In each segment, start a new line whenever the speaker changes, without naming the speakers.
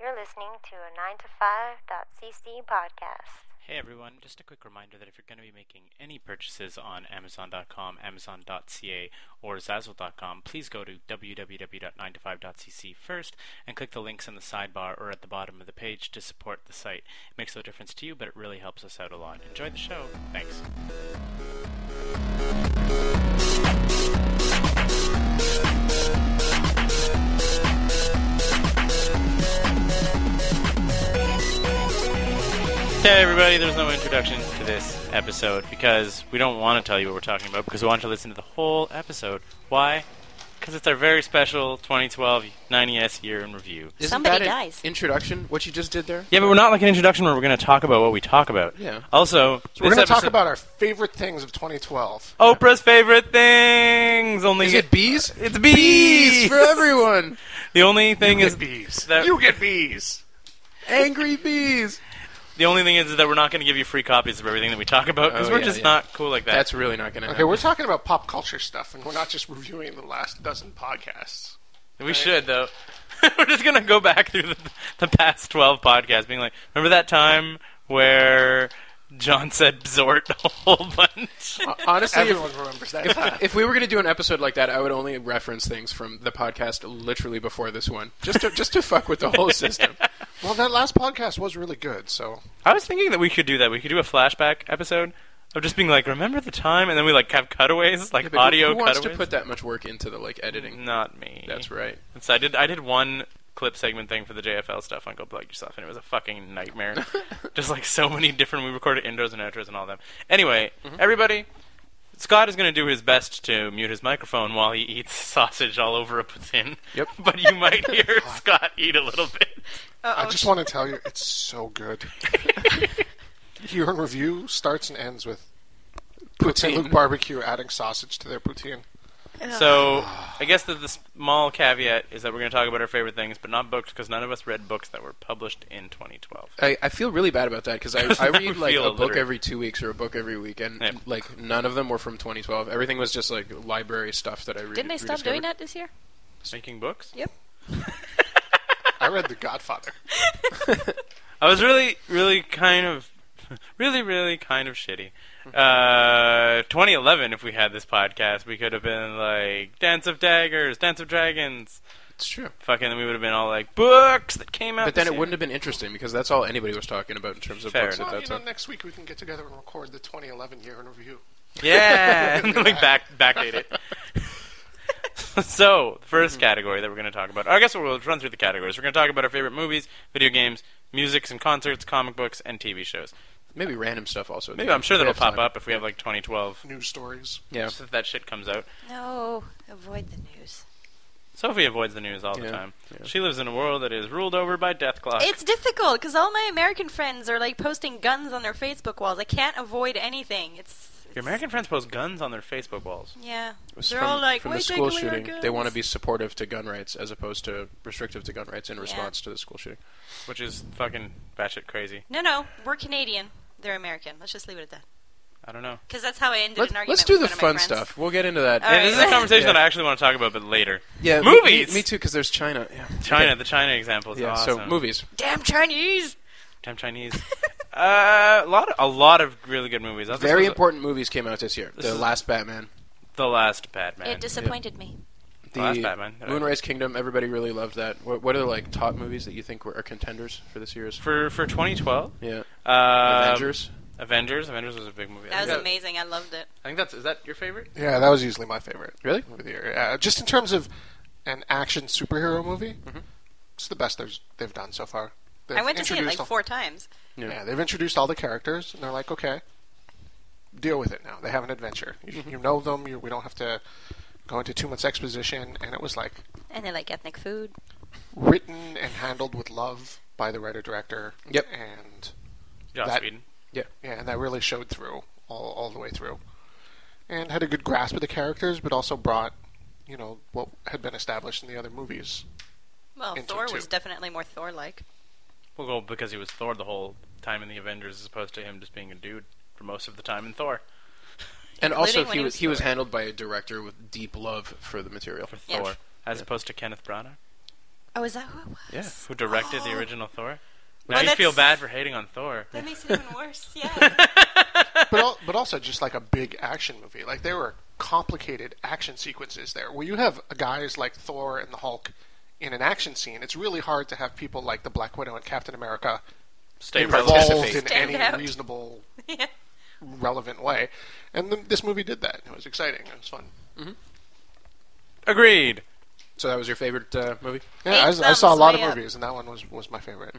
You're listening to a 9to5.cc podcast.
Hey everyone, just a quick reminder that if you're going to be making any purchases on Amazon.com, Amazon.ca, or Zazzle.com, please go to www.9to5.cc first and click the links in the sidebar or at the bottom of the page to support the site. It makes no difference to you, but it really helps us out a lot. Enjoy the show. Thanks. Hey everybody, there's no introduction to this episode because we don't want to tell you what we're talking about because we want you to listen to the whole episode. Why? Because it's our very special 2012 90s year in review.
Isn't
Somebody
that an
dies.
introduction? What you just did there?
Yeah, but we're not like an introduction where we're going to talk about what we talk about.
Yeah.
Also,
So we're
this
going to talk
episode-
about our favorite things of 2012.
Oprah's favorite things. Only
Is it bees?
It's bees.
Bees for everyone.
The only thing is
bees.
that-
You get bees.
Angry bees.
the only thing is that we're not going to give you free copies of everything that we talk about because
Oh,
we're
yeah,
just
yeah.
not cool like that.
That's really not going to
Okay,
happen.
we're talking about pop culture stuff, and we're not just reviewing the last dozen podcasts.
We should though. We're just gonna go back through the, the past twelve podcasts, being like, remember that time where John said "bzort" a whole bunch.
Uh, Honestly, if,
Everyone remembers that time.
if we were going to do an episode like that, I would only reference things from the podcast literally before this one, just to just to fuck with the whole system.
well, that last podcast was really good, so
I was thinking that we could do that. We could do a flashback episode of just being like, remember the time, and then we like have cutaways, like
Yeah, but who-
audio
Who wants
cutaways.
to put that much work into the like editing?
Not me.
That's right.
So I did. I did one clip segment thing for the JFL stuff on Go Plug Yourself, and it was a fucking nightmare. Just like so many different. We recorded intros and outros and all them. Anyway,
Mm-hmm.
everybody, Scott is going to do his best to mute his microphone while he eats sausage all over a poutine.
Yep.
but you might hear Scott eat a little bit.
I just want to tell you, it's so good. Year in review starts and ends with St. Luke Barbecue adding sausage to their poutine.
So I guess that the small caveat is that we're going to talk about our favorite things, but not books because none of us read books that were published in 2012.
I, I feel really bad about that because I,
'Cause
I
now
read
we
like
feel
a book
illiterate.
every two weeks or a book every week, and
Yeah.
like none of them were from 2012. Everything was just like library stuff that I read.
Didn't they stop doing that this year?
Making books.
I read The Godfather.
I was really, really kind of, really, really kind of shitty. Uh, 2011, if we had this podcast, we could have been like Dance of Daggers, Dance of Dragons.
It's true.
Fucking, we would have been all like books that came out.
But then it wouldn't have been interesting because that's all anybody was talking about in terms of
Fair
books
enough.
at
Well,
that
you know,
time.
next week we can get together and record the 2011 year in review.
have. Yeah, and then we back backdate it. so, the 1st category that we're going to talk about, I guess we'll run through the categories. We're going to talk about our favorite movies, video games, musics and concerts, comic books, and TV shows.
Maybe random stuff also.
Maybe I'm sure
We
that'll
have
pop
time.
up if we have like 2012.
News stories.
Yeah.
Just if that shit comes out.
No, avoid the news.
Sophie avoids the news all the
Yeah,
time.
yeah.
She lives in a world that is ruled over by death clock.
It's difficult because all my American friends are like posting guns on their Facebook walls. I can't avoid anything. It's,
Your American friends post guns on their Facebook walls.
yeah.
It was
They're
from,
all like,
from
"Why
the
take
school
away our
shooting.
guns?"
They want to be supportive to gun rights as opposed to restrictive to gun rights in response to the school shooting.
Which is fucking batshit crazy.
No, no, we're Canadian. They're American. Let's just leave it at that.
I don't know.
Because that's how I ended
Let's,
an argument.
let's do
with
the
one of my
fun
friends.
stuff. We'll get into that.
All
And this is a
right.
conversation
Yeah.
that I actually want to talk about, but later.
Yeah, me-
movies.
Me, me too, because there's China. Yeah,
China, the China example is
Yeah,
awesome.
so movies.
Damn Chinese!
Time Chinese. uh, a lot, of, a lot of really good movies. I thought this
Very
was
important movies came out this year.
This
the
is-
Last Batman,
The last Batman.
It disappointed me.
the
Last Batman.
Moonrise Kingdom. Everybody really loved that. What, what are like top movies that you think were are contenders for this year's?
for for 2012.
Yeah,
Um,
Avengers.
Avengers. Avengers was a big movie. I
That was
think
amazing. I loved it.
I think that's is that your favorite?
Yeah, that was usually my favorite.
Really?
Movie of the year. Uh, just in terms of an action superhero movie,
Mm-hmm.
it's the best they've, they've done so far. They've
I went to see it
introduced
like
all-
four times.
Yeah, they've introduced all the characters, and they're like, okay, deal with it now. They have an adventure. You,
Mm-hmm.
you know them. You, we don't have to go into too much exposition. And it was like
And they like ethnic food.
written and handled with love by the writer director.
Yep.
And
Joss
That-
Whedon.
yeah, and that really showed through all, all the way through, and had a good grasp of the characters, but also brought, you know, what had been established in the other movies.
Well,
Into
Thor
two.
was definitely more Thor like.
Well, well, because he was Thor the whole time in the Avengers, as opposed to him just being a dude for most of the time in Thor.
And also,
Including when
he
he
was
was
he was
Thor.
handled by a director with deep love for the material.
for
Yeah.
Thor, as
Yeah.
opposed to Kenneth Branagh.
Oh, is that who it was?
Yeah.
who directed the
Oh.
original Thor.
Oh,
Now you feel
that's-
bad for hating on Thor.
That makes it even worse. Yeah.
but al- but also just like a big action movie. Like there were complicated action sequences there. Where you have guys like Thor and the Hulk in an action scene, it's really hard to have people like the Black Widow and Captain America
Stay
involved
relevant.
in
Stand
any
out.
reasonable,
yeah.
relevant way. And th- this movie did that. It was exciting. It was fun.
Agreed.
So that was your favorite uh, movie?
Yeah,
Eight
I, I saw a
thumbs
lot of
way up.
movies, and that one was, was my favorite.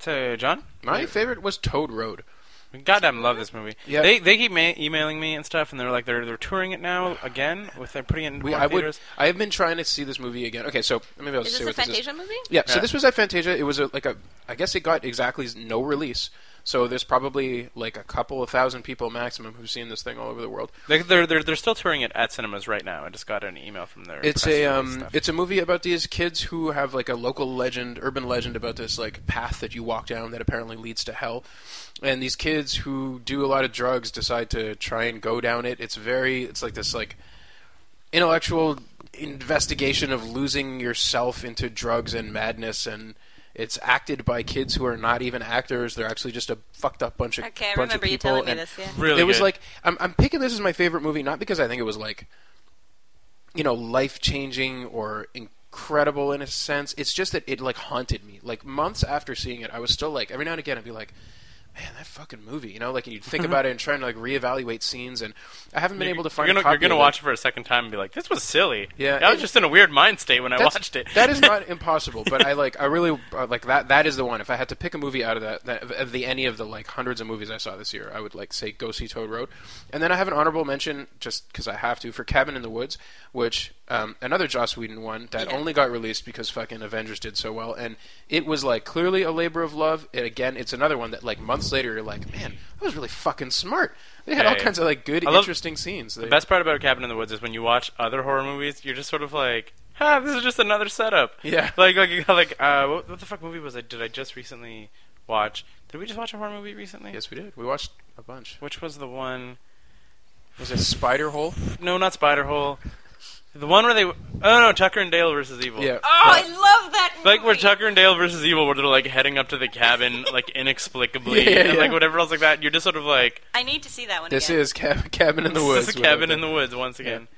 So John,
My favorite was Toad Road.
we goddamn love this movie.
Yeah.
They they keep ma- emailing me and stuff, and they're like they're they're touring it now again with they're putting it in
We,
more
I would.
theaters.
I have been trying to see this movie again. Okay, so maybe I'll
Is
say
this a
what this is.
Fantasia movie?
Yeah, so
Yeah.
this was at Fantasia. It was a, like a, I guess it got exactly no release. So there's probably like a couple of thousand people maximum who've seen this thing all over the world.
They, they're they're they're still touring it at cinemas right now. I just got an email from their.
It's
press
a
release
um,
stuff.
it's a movie about these kids who have like a local legend, urban legend about this like path that you walk down that apparently leads to hell. And these kids who do a lot of drugs decide to try and go down it. It's very it's like this like intellectual investigation of losing yourself into drugs and madness and it's acted by kids who are not even actors. They're actually just a fucked up bunch of
Okay, I
bunch
remember
of
you
people.
telling me
and
this. Yeah.
really
it was
good.
like I'm, I'm picking this as my favorite movie not because I think it was like you know life changing or incredible in a sense. It's just that it like haunted me. Like months after seeing it, I was still like every now and again I'd be like, man, that fucking movie, you know? Like and you'd think about it and trying to like reevaluate scenes, and I haven't been able to find.
Mm-hmm. You're gonna,
a copy
you're gonna
of it.
watch it for a second time and be like, "This was silly."
Yeah,
I was
it-
just in a weird mind state when I
That's-
watched it.
that is not impossible, but I like I really uh, like that. That is the one. If I had to pick a movie out of that, that of the any of the like hundreds of movies I saw this year, I would like say go see Toad Road, and then I have an honorable mention just because I have to for Cabin in the Woods, which um, another Joss Whedon one that
Yeah.
only got released because fucking Avengers did so well, and it was like clearly a labor of love. And again, it's another one that like months later you're like, man, that was really fucking smart. They had
Yeah,
all
yeah.
kinds of like good,
I love-
interesting scenes. They-
The best part about Cabin in the Woods is when you watch other horror movies, you're just sort of like, "Ah, this is just another setup."
Yeah.
Like, like, like, uh, what, what the fuck movie was I? Did I just recently watch? Did we just watch a horror movie recently?
yes, we did. We watched a bunch.
Which was the one?
Was it Spider Hole?
No, not Spider Hole. The one where they? Oh no, Tucker and Dale versus Evil.
Yeah.
Oh, I love that movie.
Like where Tucker and Dale versus Evil, where they're like heading up to the cabin, like inexplicably,
Yeah, yeah,
and like
yeah.
whatever else like that. You're just sort of like,
I need to see that one.
This
again.
is cab- Cabin in the Woods.
This is a
without
cabin
the-
in the woods once again.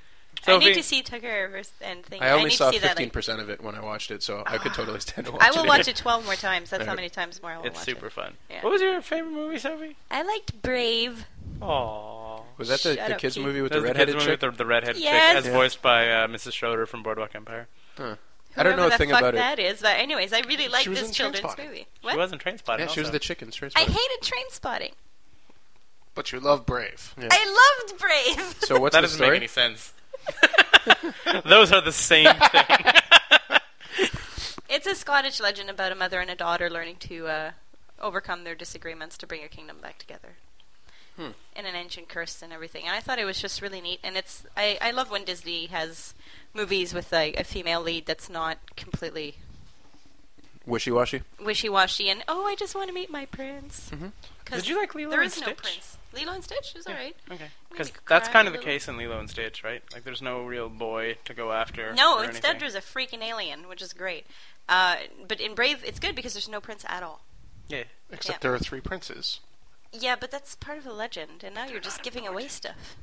I
Sophie,
need to see Tucker vers- and thing.
I only
need
saw
to see that.
fifteen
Like, Ah.
percent of it when I watched it, so I could totally stand to watch
I
it.
will watch it twelve more times. That's how
Alright.
many times more I will
It's
watch
super
it.
fun.
Yeah.
What was your favorite movie, Sophie?
I liked Brave.
Aww.
Was that the,
Shut
the
up,
kids
Keith.
movie with
That
the
was the kids
redheaded
movie
chick?
with the, the redhead
Yes.
chick, as
Yeah.
voiced by uh, Mrs. Schroeder from Boardwalk Empire.
Huh. I don't know
Whoever
a
the
thing
fuck
about it.
that is, but anyways, I really liked
She was
this
in
children's
Trainspotting.
movie.
She
What?
wasn't train spotting.
Yeah, she was the chicken. Train
I
Spotting.
hated Train Spotting.
But you love Brave.
Yeah.
I loved Brave.
So what's
That
the
doesn't
story?
make any sense. Those are the same thing.
It's a Scottish legend about a mother and a daughter learning to uh, overcome their disagreements to bring a kingdom back together.
Hmm.
And an ancient curse and everything. And I thought it was just really neat. And it's I, I love when Disney has movies with like a female lead that's not completely
Wishy-washy.
wishy washy and oh I just want to meet my prince.
Mhm.
'Cause
Did you like Lilo
there
and
is no
Stitch?
prince. Lilo and Stitch is alright.
okay.
Made
Because
me
that's
cry
kind
a
of the
little.
case in Lilo and Stitch, right? Like, there's no real boy to go after.
No,
or
instead
anything.
there's a freaking alien, which is great. Uh, but in Brave, it's good because there's no prince at all.
Yeah.
Except
Yeah.
there are three princes.
Yeah, but that's part of the legend, and now you're just giving away stuff.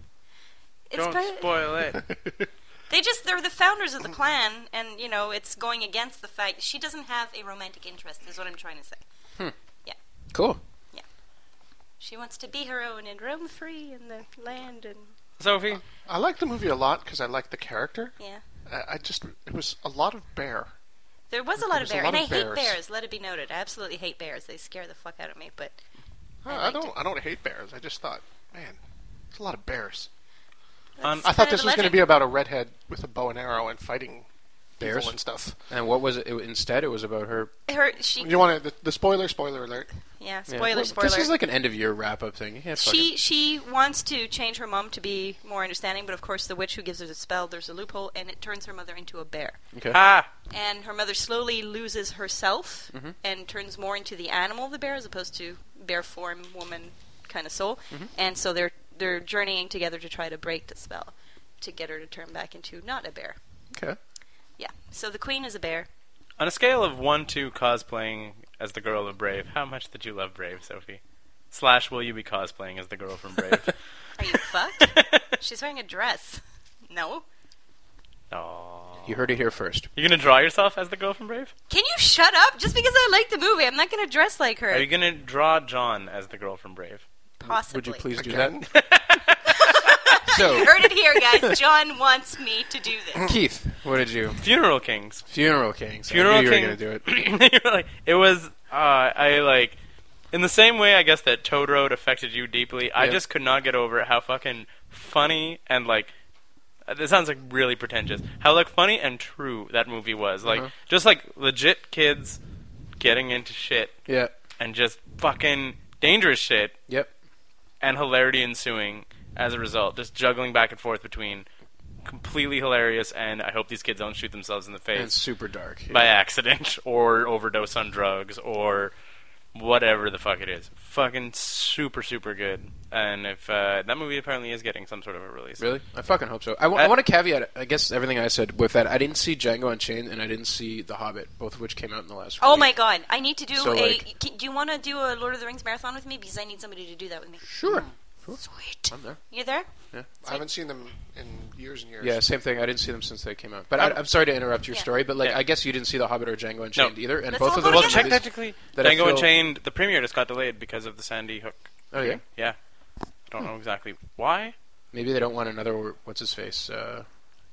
It's
Don't
part
spoil it.
they just they're the founders of the clan, and you know it's going against the fact she doesn't have a romantic interest. Is what I'm trying to say.
Cool.
She wants to be her own and roam free in the land, and
Sophie?
I liked the movie a lot because I liked the character.
yeah,
I, I just it was a lot of bear.
there was a lot of
There's a
bears,
lot
and I
of
hate
bears.
bears. Let it be noted, I absolutely hate bears. They scare the fuck out of me. But
I, I
liked
don't I don't hate bears. I just thought, man, it's a lot of bears.
Um,
that's
I
part
thought
of
this
the
was going to
legend.
be about a redhead with a bow and arrow and fighting people
Bears?
and stuff.
And what was it? it? Instead, it was about her.
her. She
You want to the, the spoiler spoiler alert.
yeah.
yeah.
Spoiler,
Well,
spoiler.
This is like an end-of-year wrap-up thing. You can't
She she wants to change her mom to be more understanding, but of course the witch who gives her the spell, there's a loophole, and it turns her mother into a bear.
fucking- okay.
Ah!
And her mother slowly loses herself
Mhm.
and turns more into the animal of the bear as opposed to bear form woman kind of soul.
Mhm.
And so they're they're journeying together to try to break the spell to get her to turn back into not a bear.
Okay.
Yeah. So the queen is a bear.
On a scale of one to cosplaying as the girl in Brave, how much did you love Brave, Sophie? Slash, will you be cosplaying as the girl from Brave?
Are you fucked? She's wearing a dress. No.
Aw.
You heard it here first.
You gonna draw yourself as the girl from Brave?
Can you shut up? Just because I like the movie, I'm not going to dress like her.
Are you gonna draw John as the girl from Brave?
Possibly.
Would you please do
Again?
that? so,
You heard it here, guys. John wants me to do this.
Keith, what did you?
Funeral Kings.
Funeral Kings.
Funeral
I knew you
King.
were gonna do it.
you were like, it was. Uh, I like. In the same way, I guess that Toad Road affected you deeply. I
Yeah.
just could not get over how fucking funny and like. uh, This sounds like really pretentious. How like funny and true that movie was. Like
Uh-huh.
just like legit kids getting into shit
Yeah.
and just fucking dangerous shit
Yep.
and hilarity ensuing as a result. Just juggling back and forth between completely hilarious and I hope these kids don't shoot themselves in the face
And it's super dark.
by
Yeah.
accident or overdose on drugs or whatever the fuck it is. Fucking super, super good. And if uh, that movie apparently is getting some sort of a release.
Really? I fucking hope so. I
I-
want to caveat, I guess, everything I said with that. I didn't see Django Unchained and I didn't see The Hobbit, both of which came out in the last
Oh
week.
my god! I need to do
So,
a.
like-
can- do you want to do a Lord of the Rings marathon with me? Because I need somebody to do that with me.
Sure.
Sweet.
I'm there.
You there?
I haven't seen them in years and years.
Yeah, same thing. I didn't see them since they came out. But I, I'm sorry to interrupt your
Yeah.
story, but like
Yeah.
I guess you didn't see The Hobbit or Django Unchained either, and
Let's
both
all
of
go
those.
Well,
Yeah.
check
movies-
technically,
that I
Django
feel-
Unchained, the premiere just got delayed because of the Sandy Hook.
Oh yeah,
Yeah. I
Hmm.
don't know exactly why.
maybe they don't want another what's his face uh,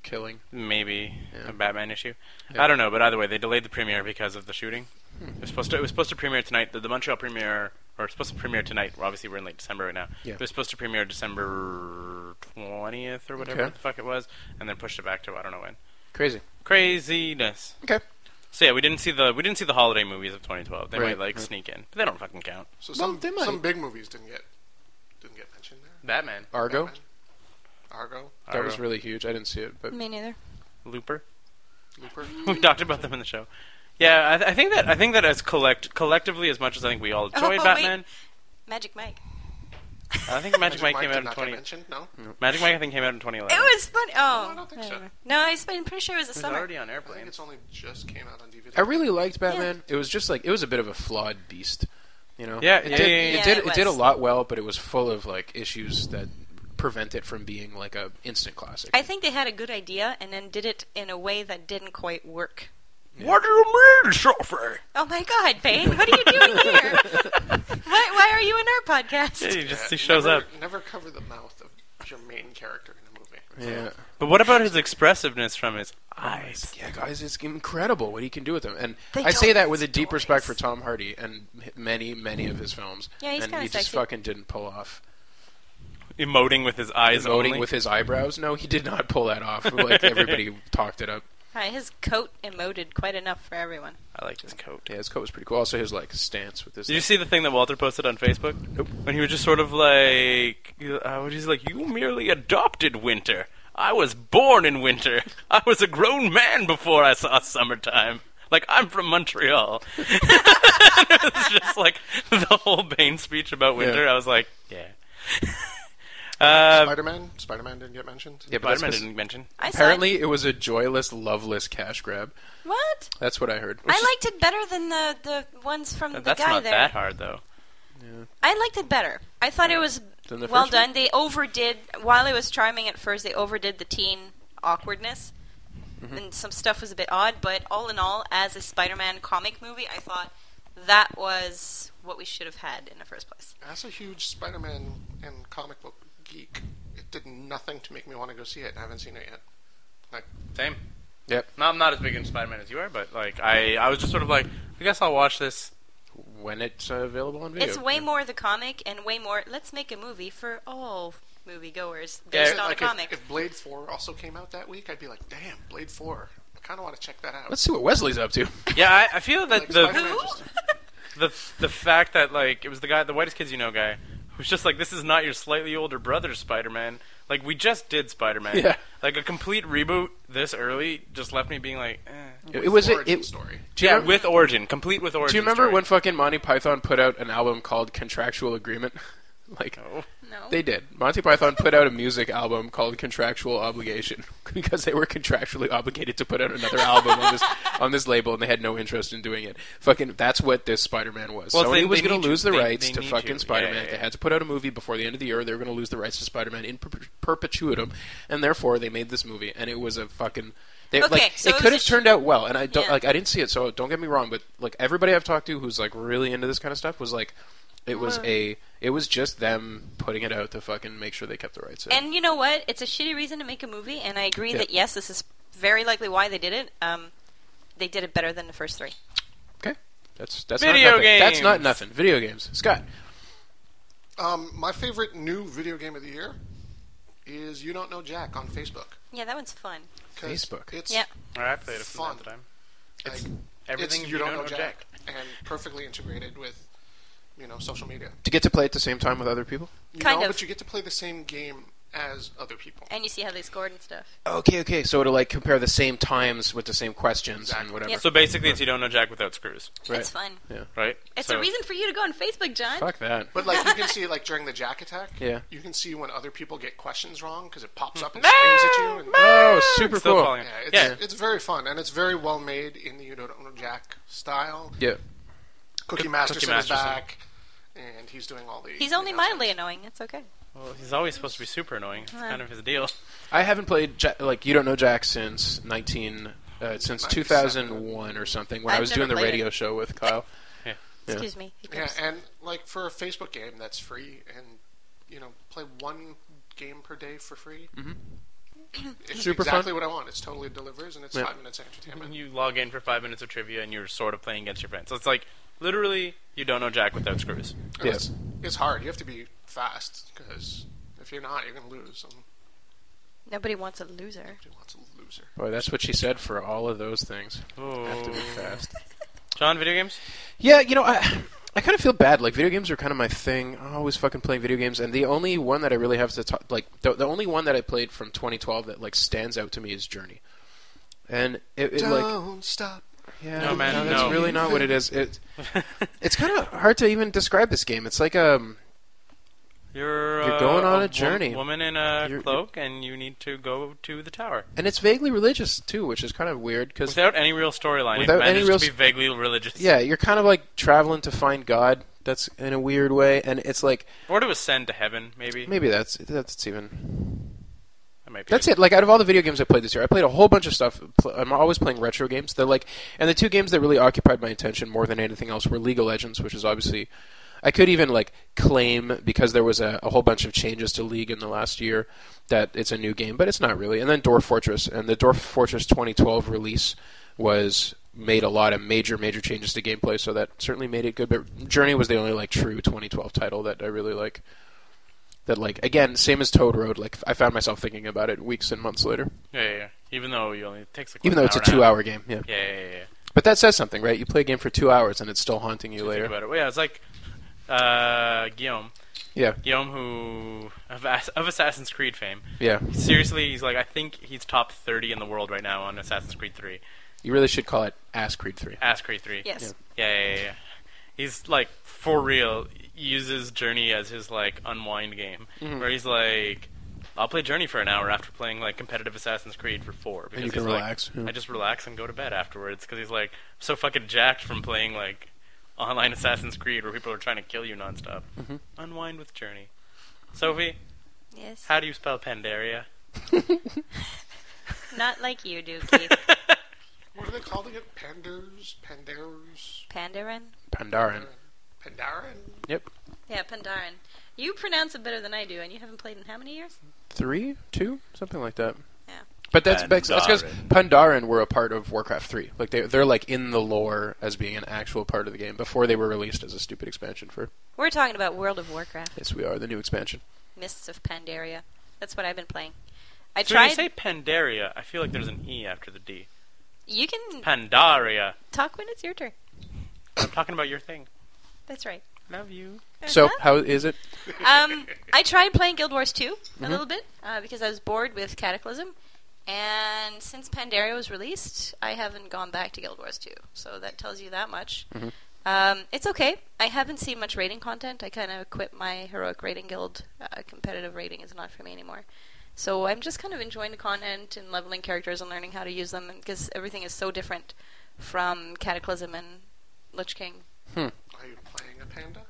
killing.
Maybe
Yeah.
a Batman issue.
Yeah. Hmm.
I don't know, but either way, they delayed the premiere because of the shooting. It was supposed to. It was supposed to premiere tonight. The, the Montreal premiere, or it's supposed to premiere tonight. Well, obviously, we're in late December right now.
Yeah.
It was supposed to premiere December twentieth or whatever
Okay.
the fuck it was, and then pushed it back to I don't know when.
Crazy.
Craziness.
Okay.
So yeah, we didn't see the we didn't see the holiday movies of 2012. They
Right,
might like
right.
sneak in, but they don't fucking count.
So
Well,
some
they might.
some big movies didn't get didn't get mentioned there.
Batman,
Argo.
Batman, Argo,
That was really huge. I didn't see it, but
Me neither.
Looper.
Looper.
we talked about them in the show. Yeah, I, th- I think that I think that as collect collectively as much as I think we all enjoyed
wait.
Batman.
Magic Mike.
I think Magic, Mike came
did
out in
not get
20.
mentioned. No,
Magic Mike I think came out in
It
2011.
was fun. Oh,
No, I don't think so.
No, I was- I'm pretty sure it was the
It was
summer.
already on
I think
airplanes.
it's only just came out on DVD.
I really liked Batman. It was just like it was a bit of a flawed beast, you know.
Yeah,
it
yeah,
did.
yeah,
it
yeah.
did.
Yeah, it
did a
was.
lot well, but it was full of like issues that prevent it from being like a instant classic.
I think they had a good idea and then did it in a way that didn't quite work.
What do you mean, Sophie?
Oh my god, Bane! What are you doing here? why, why are you in our podcast?
he just
Yeah,
he shows
never,
up.
Never cover the mouth of your main character in a movie.
yeah.
But what about his expressiveness from his eyes?
Yeah, guys, it's incredible what he can do with them. And
They
I say
tell
that with a deep
stories.
respect for Tom Hardy and m- many, many of his films.
Yeah, he's
and
kinda
he just
sexy.
fucking didn't pull off
Emoting with his eyes
voting
only.
with his eyebrows. No, he did not pull that off. Like everybody talked it up.
Alright, his coat emoted quite enough for everyone.
I like his coat.
Yeah, his coat was pretty cool. Also, his like stance with this.
Did you see the thing that Walter posted on Facebook?
Nope.
When he was just sort of like, uh, he's like, "You merely adopted winter. I was born in winter. I was a grown man before I saw summertime. Like I'm from Montreal." it was just like the whole Bane speech about winter.
Yeah.
I was like, "Yeah." uh,
Spider-Man. Spider-Man didn't get mentioned.
Yeah, but that's
Spider-Man
'cause
didn't mention.
I saw it.
Apparently, it was a joyless, loveless cash grab.
What?
That's what I heard.
I liked it better than the, the ones from Oh, the
That's
guy
not
there.
that hard though.
I liked it better. I thought it was
Than the
well
first one?
done. They overdid while it was charming at first. They overdid the teen awkwardness, and some stuff was a bit odd. But all in all, as a Spider-Man comic movie, I thought that was what we should have had in the first place.
As a huge Spider-Man and comic book geek, it did nothing to make me want to go see it. I haven't seen it yet.
Same.
Yep.
No, I'm not as big in Spider-Man as you are, but like I, I was just sort of like, I guess I'll watch this.
When it's uh, available on video.
It's way more the comic and way more. Let's make a movie for all moviegoers
Yeah,
based
Is it
on
like
a
if-
comic.
If, Blade Four also came out that week, I'd be like, damn, Blade Four. I kind of want to check that out.
Let's see what Wesley's up to.
Yeah, I, I feel that
Like
the
Spider-Man
Who?
just-
the the fact that like it was the guy, the whitest kids you know guy, who's just like, this is not your slightly older brother, Spider-Man. Like we just did Spider-Man.
Yeah.
Like a complete reboot this early just left me being like, eh.
It, was it.
origin
it
story.
do you
yeah,
remember-
with origin, complete with origin.
Do you remember
story.
when fucking Monty Python put out an album called Contractual Agreement? like,
Oh.
No.
They did. Monty Python put out a music album called Contractual Obligation because they were contractually obligated to put out another album on this on this label, and they had no interest in doing it. Fucking, that's what this Spider-Man was.
Well,
Sony
they-
was
they
going
need
to lose
to.
the
They-
rights
they
to
need
fucking
to.
Spider-Man.
Yeah, yeah,
They
yeah.
had to put out a movie before the end of the year. They were going to lose the rights to Spider-Man in per- perpetuitum, and therefore they made this movie, and it was a fucking. They,
Okay,
like,
so
it
it
could
was
have
a-
turned out well, and I don't
Yeah.
like. I didn't see it, so don't get me wrong. But like everybody I've talked to who's like really into this kind of stuff was like, it was a, it was just them putting it out to fucking make sure they kept the rights. in.
And you know what? It's a shitty reason to make a movie, and I agree
Yeah.
that yes, this is very likely why they did it. Um, they did it better than the first three.
okay, that's that's
Video
not nothing. That's not
games.
nothing. Video games, Scott.
Um, my favorite new video game of the year is You Don't Know Jack on Facebook.
Yeah, that one's fun.
'Cause
Facebook.
It's
Yeah.
I played it from
Fun.
time to time.
like,
It's
it's
everything
you, don't, know Jack. and perfectly integrated with you know social media.
To get to play at the same time with other people.
You
Kind
know,
of.
but you get to play the same game as other people.
And you see how they scored and stuff.
Okay, okay. So to like compare the same times with the same questions and
Exactly.
whatever.
Yep.
So basically, it's you don't know Jack without screws,
Right.
It's fun.
right?
It's
so,
a reason for you to go on Facebook, John.
Fuck that.
But like you can see like during the Jack attack,
Yeah.
you can see when other people get questions wrong because it pops up and screams at you. And,
Oh, super
Still
cool.
falling.
yeah, it's,
Yeah.
it's very fun and it's very well made in the you don't know Jack style.
Yeah.
Cookie
Cook-
Masterson,
Cookie Masterson.
is back, and he's doing all the.
He's only
announcements.
mildly annoying. It's okay.
Well, he's always supposed to be super annoying. It's kind of his deal.
I haven't played ja- like you don't know Jack since nineteen uh, since two thousand one or something when i
I've
was
never
doing the
played
radio show with Kyle. Yeah.
Excuse me. He
Yeah,
cares.
and like for a Facebook game that's free, and you know, play one game per day for free. Mm-hmm. It's
Super fun.
exactly what I want. It's totally delivers, and it's
Yeah.
five minutes of entertainment.
You log in for five minutes of trivia, and you're sort of playing against your friends. So it's like literally, you don't know Jack without screws.
And
Yeah.
It's, it's hard. You have to be fast because if you're not, you're gonna lose. And
Nobody wants a loser.
nobody wants a loser.
Boy, that's what she said for all of those things. Have to be fast.
John, video games?
Yeah, you know, I I kind of feel bad. Like video games are kind of my thing. I always fucking playing video games, and the only one that I really have to talk like the, the only one that I played from 2012 that like stands out to me is Journey. And it, it like
Don't stop.
yeah,
No, man,
that's
no.
really not what it is. It it's kind of hard to even describe this game. It's like um
You're,
You're
uh,
going on a
wo-
journey.
woman in a
You're-
cloak, and you need to go to the tower
and it's vaguely religious too, which is kind of weird because
without any real storyline.
Without
it
any
managed
real
to be
s-
vaguely religious.
yeah, you're kind of like traveling to find God. That's in a weird way, and it's like
Or to ascend to heaven, maybe.
maybe that's that's even
That might be
That's it. Like out of all the video games I played this year, I played a whole bunch of stuff. Pl- I'm always playing retro games. They're like, and the two games that really occupied my attention more than anything else were League of Legends, which is obviously, I could even like claim because there was a, a whole bunch of changes to League in the last year that it's a new game, but it's not really. And then Dwarf Fortress, and the Dwarf Fortress 2012 release was made a lot of major major changes to gameplay, so that certainly made it good. But Journey was the only like true 2012 title that I really like that like again same as toad road like i found myself thinking about it weeks and months later
Yeah, yeah, yeah. Even though you only it takes like
even
an
though it's a
hour and
two
half.
hour game yeah.
Yeah, yeah, yeah. yeah.
but that says something right you play a game for two hours and it's still haunting you
Think
later
about it. Well, yeah, it's like uh, Guillaume,
yeah
Guillaume, who of, Ass- of Assassin's Creed fame.
yeah
Seriously, he's like I think he's top thirty in the world right now on Assassin's Creed Three,
you really should call it ass creed 3
Ass Creed Three.
Yes.
Yeah.
Yeah, yeah, yeah, yeah. He's like for real uses Journey as his like unwind game, where he's like, I'll play Journey for an hour after playing like competitive Assassin's Creed for four because
you can
he's
relax,
Like,
yeah.
I just relax and go to bed afterwards because he's like so fucking jacked from playing like online Assassin's Creed where people are trying to kill you nonstop. Unwind with Journey. Sophie,
Yes.
how do you spell Pandaria?
Not like you do, Keith.
What are they called again? Panders, Panders,
Pandaren?
pandaran
Pandaren.
yep
Yeah, Pandaren. You pronounce it better than I do, and you haven't played in how many years?
three two something like that
Yeah.
but that's because
Pandaren.
Pandaran were a part of Warcraft 3. Like they they're like in the lore as being an actual part of the game before they were released as a stupid expansion for
We're talking about World of Warcraft,
yes we are the new expansion.
Mists of Pandaria. That's what I've been playing. I
So when
tried.
you say Pandaria, I feel like there's an E after the D.
you can
Pandaria.
talk when it's your turn.
I'm talking about your thing.
That's right.
Love you.
So
Uh-huh.
how Mm-hmm. is it?
um, I tried playing Guild Wars 2 a little bit uh, because I was bored with Cataclysm. And
Mm-hmm.
since Pandaria was released, I haven't gone back to Guild Wars 2. So that tells you that much. Um, it's okay. I haven't seen much rating content. I kind of quit my heroic rating guild. Uh, competitive rating is not for me anymore. So I'm just kind of enjoying the content and leveling characters and learning how to use them because everything is so different from Cataclysm and Lich King.
Hmm.
Are you playing a panda?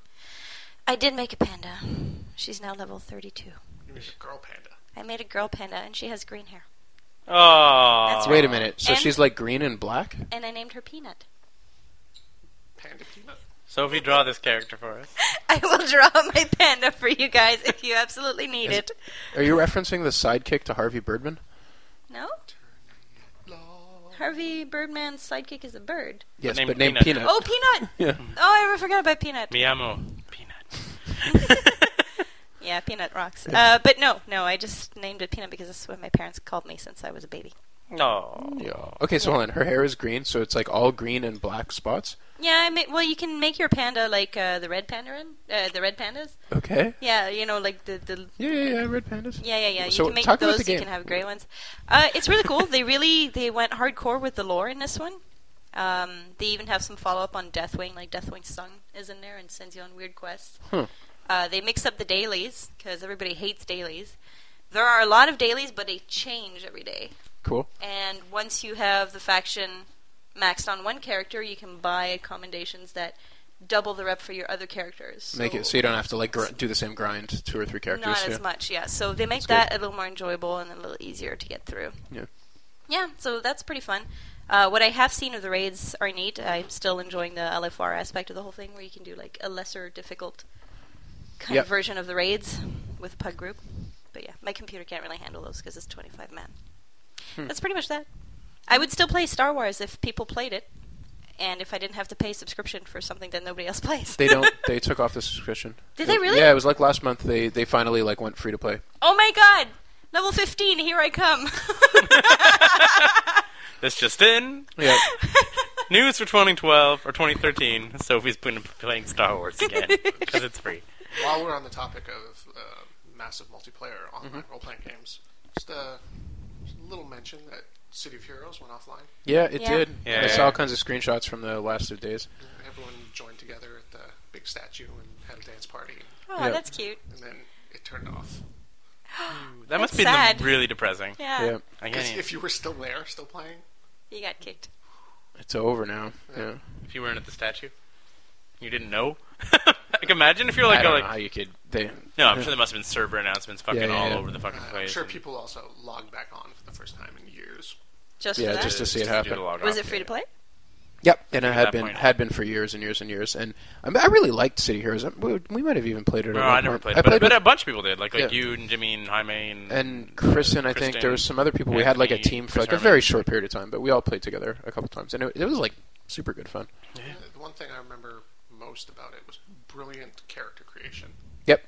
I did make a panda. She's now level 32.
You mean a girl panda?
I made a girl panda and she has green hair.
Oh,
That's
Wait a minute. So
And-
she's like green and black?
And I named her Peanut.
Panda peanut?
Sophie, draw this character for us.
I will draw my panda for you guys if you absolutely need
Is-
it.
Are you referencing the sidekick to Harvey Birdman?
No?
No.
Harvey Birdman's sidekick is a bird.
Yes,
named
but named
Peanut.
Peanut.
Oh, Peanut!
Yeah.
Oh, I forgot about Peanut.
Miyamo. Peanut.
Yeah, Peanut rocks. Uh, but no, no, I just named it Peanut because that's what my parents called me since I was a baby.
no.
Yeah. Okay, so hold on. Her hair is green, so it's like all green and black spots.
Yeah, I ma- well, you can make your panda like uh, the red panda, in, uh, the red pandas.
Okay.
Yeah, you know, like the, the
Yeah, yeah, yeah. Red pandas.
Yeah, yeah, yeah. You
So
can make
talk about
those.
the
You
game.
can have gray ones. Uh, it's really cool. they really they went hardcore with the lore in this one. Um, they even have some follow up on Deathwing, like Deathwing's son is in there and sends you on weird quests.
Huh.
Uh, they mix up the dailies because everybody hates dailies. There are a lot of dailies, but they change every day.
Cool.
And once you have the faction maxed on one character, you can buy commendations that double the rep for your other characters.
Make it so you don't have to like gr- do the same grind two or three characters.
Not
yeah.
as much, yeah. So they make
That's
that a little more enjoyable and a little easier to get through.
Yeah.
Yeah, so that's pretty fun. Uh, what I have seen of the raids are neat. I'm still enjoying the LFR aspect of the whole thing, where you can do like a lesser difficult kind
Yep.
of version of the raids with a pug group. But yeah, my computer can't really handle those because it's 25 man.
Hmm.
That's pretty much that. I would still play Star Wars if people played it, and if I didn't have to pay subscription for something that nobody else plays.
They don't. They took off the subscription.
Did they really?
Yeah, it was like last month. They they finally like went free to play.
oh my god! Level 15, here I come!
This just in.
Yeah.
News for 2012 or 2013. Sophie's been playing Star Wars again because it's free.
While we're on the topic of uh, massive multiplayer online
Mm-hmm.
role-playing games, just a, just a little mention that City of Heroes went offline.
Yeah, it
Yeah.
did.
Yeah.
I saw all kinds of screenshots from the last two days.
Everyone joined together at the big statue and had a dance party,
Oh,
Yeah.
that's cute.
and then it turned off.
That must
That's
be
sad.
really depressing.
Yeah.
yeah,
I can't
Because
even-
if you were still there, still playing,
You got kicked.
it's over now. Yeah.
if you weren't at the statue, you didn't know. like imagine if you're like,
I don't
going,
know how you could. They.
no, I'm sure there must have been server announcements fucking
Yeah, yeah,
all
yeah.
over the fucking
uh, I'm
place.
sure
and
people also logged back on for the first time in years.
Just
Yeah,
for that?
just to see it
do
happen.
the log
was
off.
it free to play?
Yep, and it
at
had
that
been
point-
had been for years and years and years, and I, mean, I really liked City Heroes. I, we, we might have even played it.
No,
at one
I never
point.
played.
I
it, but,
played
but
with-
a bunch of people did, like like
Yeah.
you and Jimmy and Jaime and,
and Chris and I think there was some other people. We had like a
Anthony,
team for
Chris
like a
Harman.
very short period of time, but we all played together a couple times, and it, it was like super good fun.
Uh, The one thing I remember most about it was brilliant character creation.
Yep.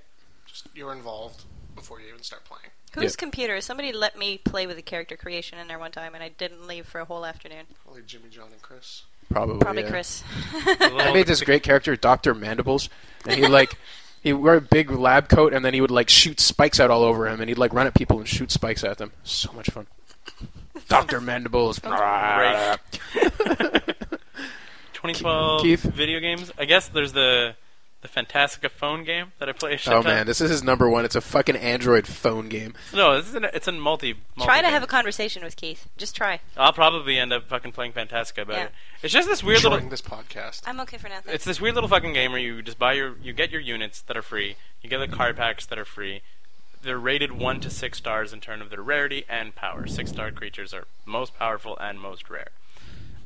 Just you're involved before you even start playing.
Whose
Yeah.
computer? Somebody let me play with the character creation in there one time, and I didn't leave for a whole afternoon.
Only Jimmy, John, and Chris.
Probably. uh,
Probably
Oh, yeah.
Chris.
I made this great character, Doctor Mandibles, and he like he wore a big lab coat, and then he would like shoot spikes out all over him, and he'd like run at people and shoot spikes at them. So much fun. Doctor Mandibles.
great. 2012
Keith?
video games. I guess there's the the Fantastica phone game that I play. a shit
Oh
ton.
man, this is his number one. It's a fucking Android phone game.
No, this is an, it's a multi. multi
try to have a conversation with Keith. Just try.
I'll probably end up fucking playing Fantastica about
Yeah.
it. It's just this weird
During
little.
this podcast.
I'm okay for nothing.
It's this weird little fucking game where you just buy your, you get your units that are free, you get the card packs that are free. They're rated one to six stars in terms of their rarity and power. Six star creatures are most powerful and most rare.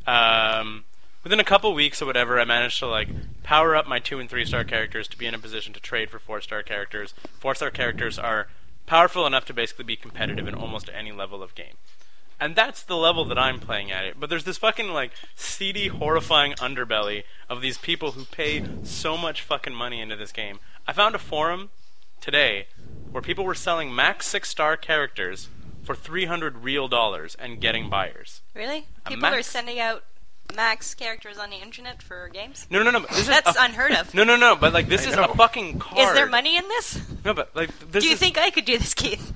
Um, within a couple weeks or whatever, I managed to like power up my two and three star characters to be in a position to trade for four star characters. Four star characters are powerful enough to basically be competitive in almost any level of game. And that's the level that I'm playing at it. But there's this fucking like seedy, horrifying underbelly of these people who pay so much fucking money into this game. I found a forum today where people were selling max six star characters for 300 real dollars and getting buyers.
really?
A
People are
max-
sending out max characters on the internet for games?
No, no, no. but This is
That's
a-
unheard of.
No, no, no. But like, this
I
is
know.
a fucking card.
Is there money in this?
No, but like, this
Do you
is-
think I could do this, Keith?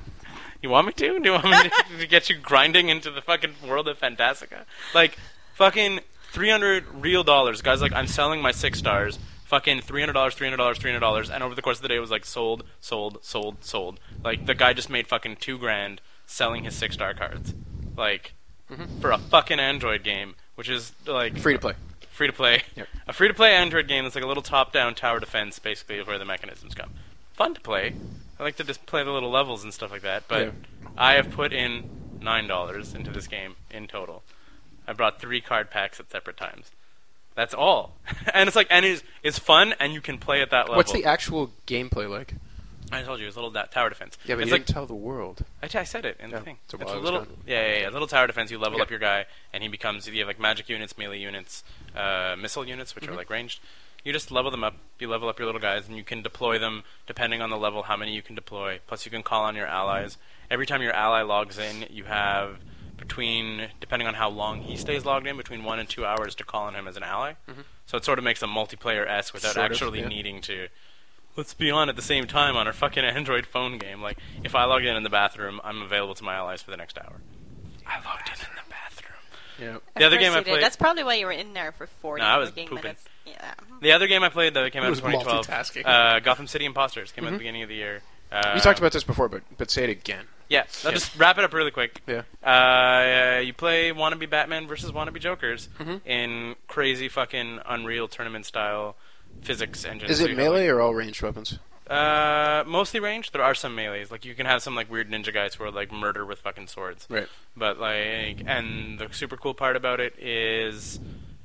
You want me to? Do you want me to, to get you grinding into the fucking world of Fantastica? Like, fucking. three hundred real dollars. Guys, like I'm selling my six stars. Fucking three hundred dollars, three hundred dollars, three hundred dollars, and over the course of the day, it was like sold, sold, sold, sold. Like the guy just made fucking two grand selling his six star cards, like for a fucking Android game, which is like
Mm-hmm. Free to play.
free to play,
Yep.
a free to play Android game that's like a little top down tower defense, basically, of where the mechanisms come. Fun to play. I like to just play the little levels and stuff like that. But
Yeah.
I have put in nine dollars into this game in total. I brought three card packs at separate times. That's all, and it's like, and it's, it's fun, and you can play at that level.
What's the actual gameplay like?
I told you it's a little da- tower defense.
Yeah, but
it's
you
like
didn't tell the world.
I, I said it in
Yeah,
the thing.
so
It's,
while I
a
was
little,
gone.
yeah, yeah, yeah, little tower defense. You level
Okay.
up your guy, and he becomes. You have like magic units, melee units, uh, missile units,
Mm-hmm.
which are like ranged. You just level them up. You level up your little guys, and you can deploy them depending on the level. How many you can deploy. Plus, you can call on your allies.
Mm-hmm.
Every time your ally logs in, you have between depending on how long he stays logged in, between one and two hours to call on him as an ally. So it sort of makes a multiplayer s without
Mm-hmm. Sort of,
actually
yeah.
needing to let's be on at the same time on our fucking Android phone game. Like, if I log in in the bathroom, I'm available to my allies for the next hour. I logged in in the bathroom.
Yeah.
The other
Of course
game I
you did.
played-
That's probably why you were in there for 40
No, I was
fucking
pooping.
minutes. Yeah.
The other game I played that came out in
was
2012,
multitasking.
uh, Gotham City Imposters, came out at the
Mm-hmm.
beginning of the year. Uh,
We talked about this before, but but say it again.
Yeah, I'll just wrap it up really quick.
Yeah.
Uh, you play wannabe Batman versus wannabe Jokers
Mm-hmm.
in crazy fucking Unreal tournament style physics engine.
Is
So you
it
have, like,
melee or all ranged weapons?
Uh, mostly ranged. There are some melees. Like you can have some like weird ninja guys who are like murder with fucking swords.
Right.
But like, and the super cool part about it is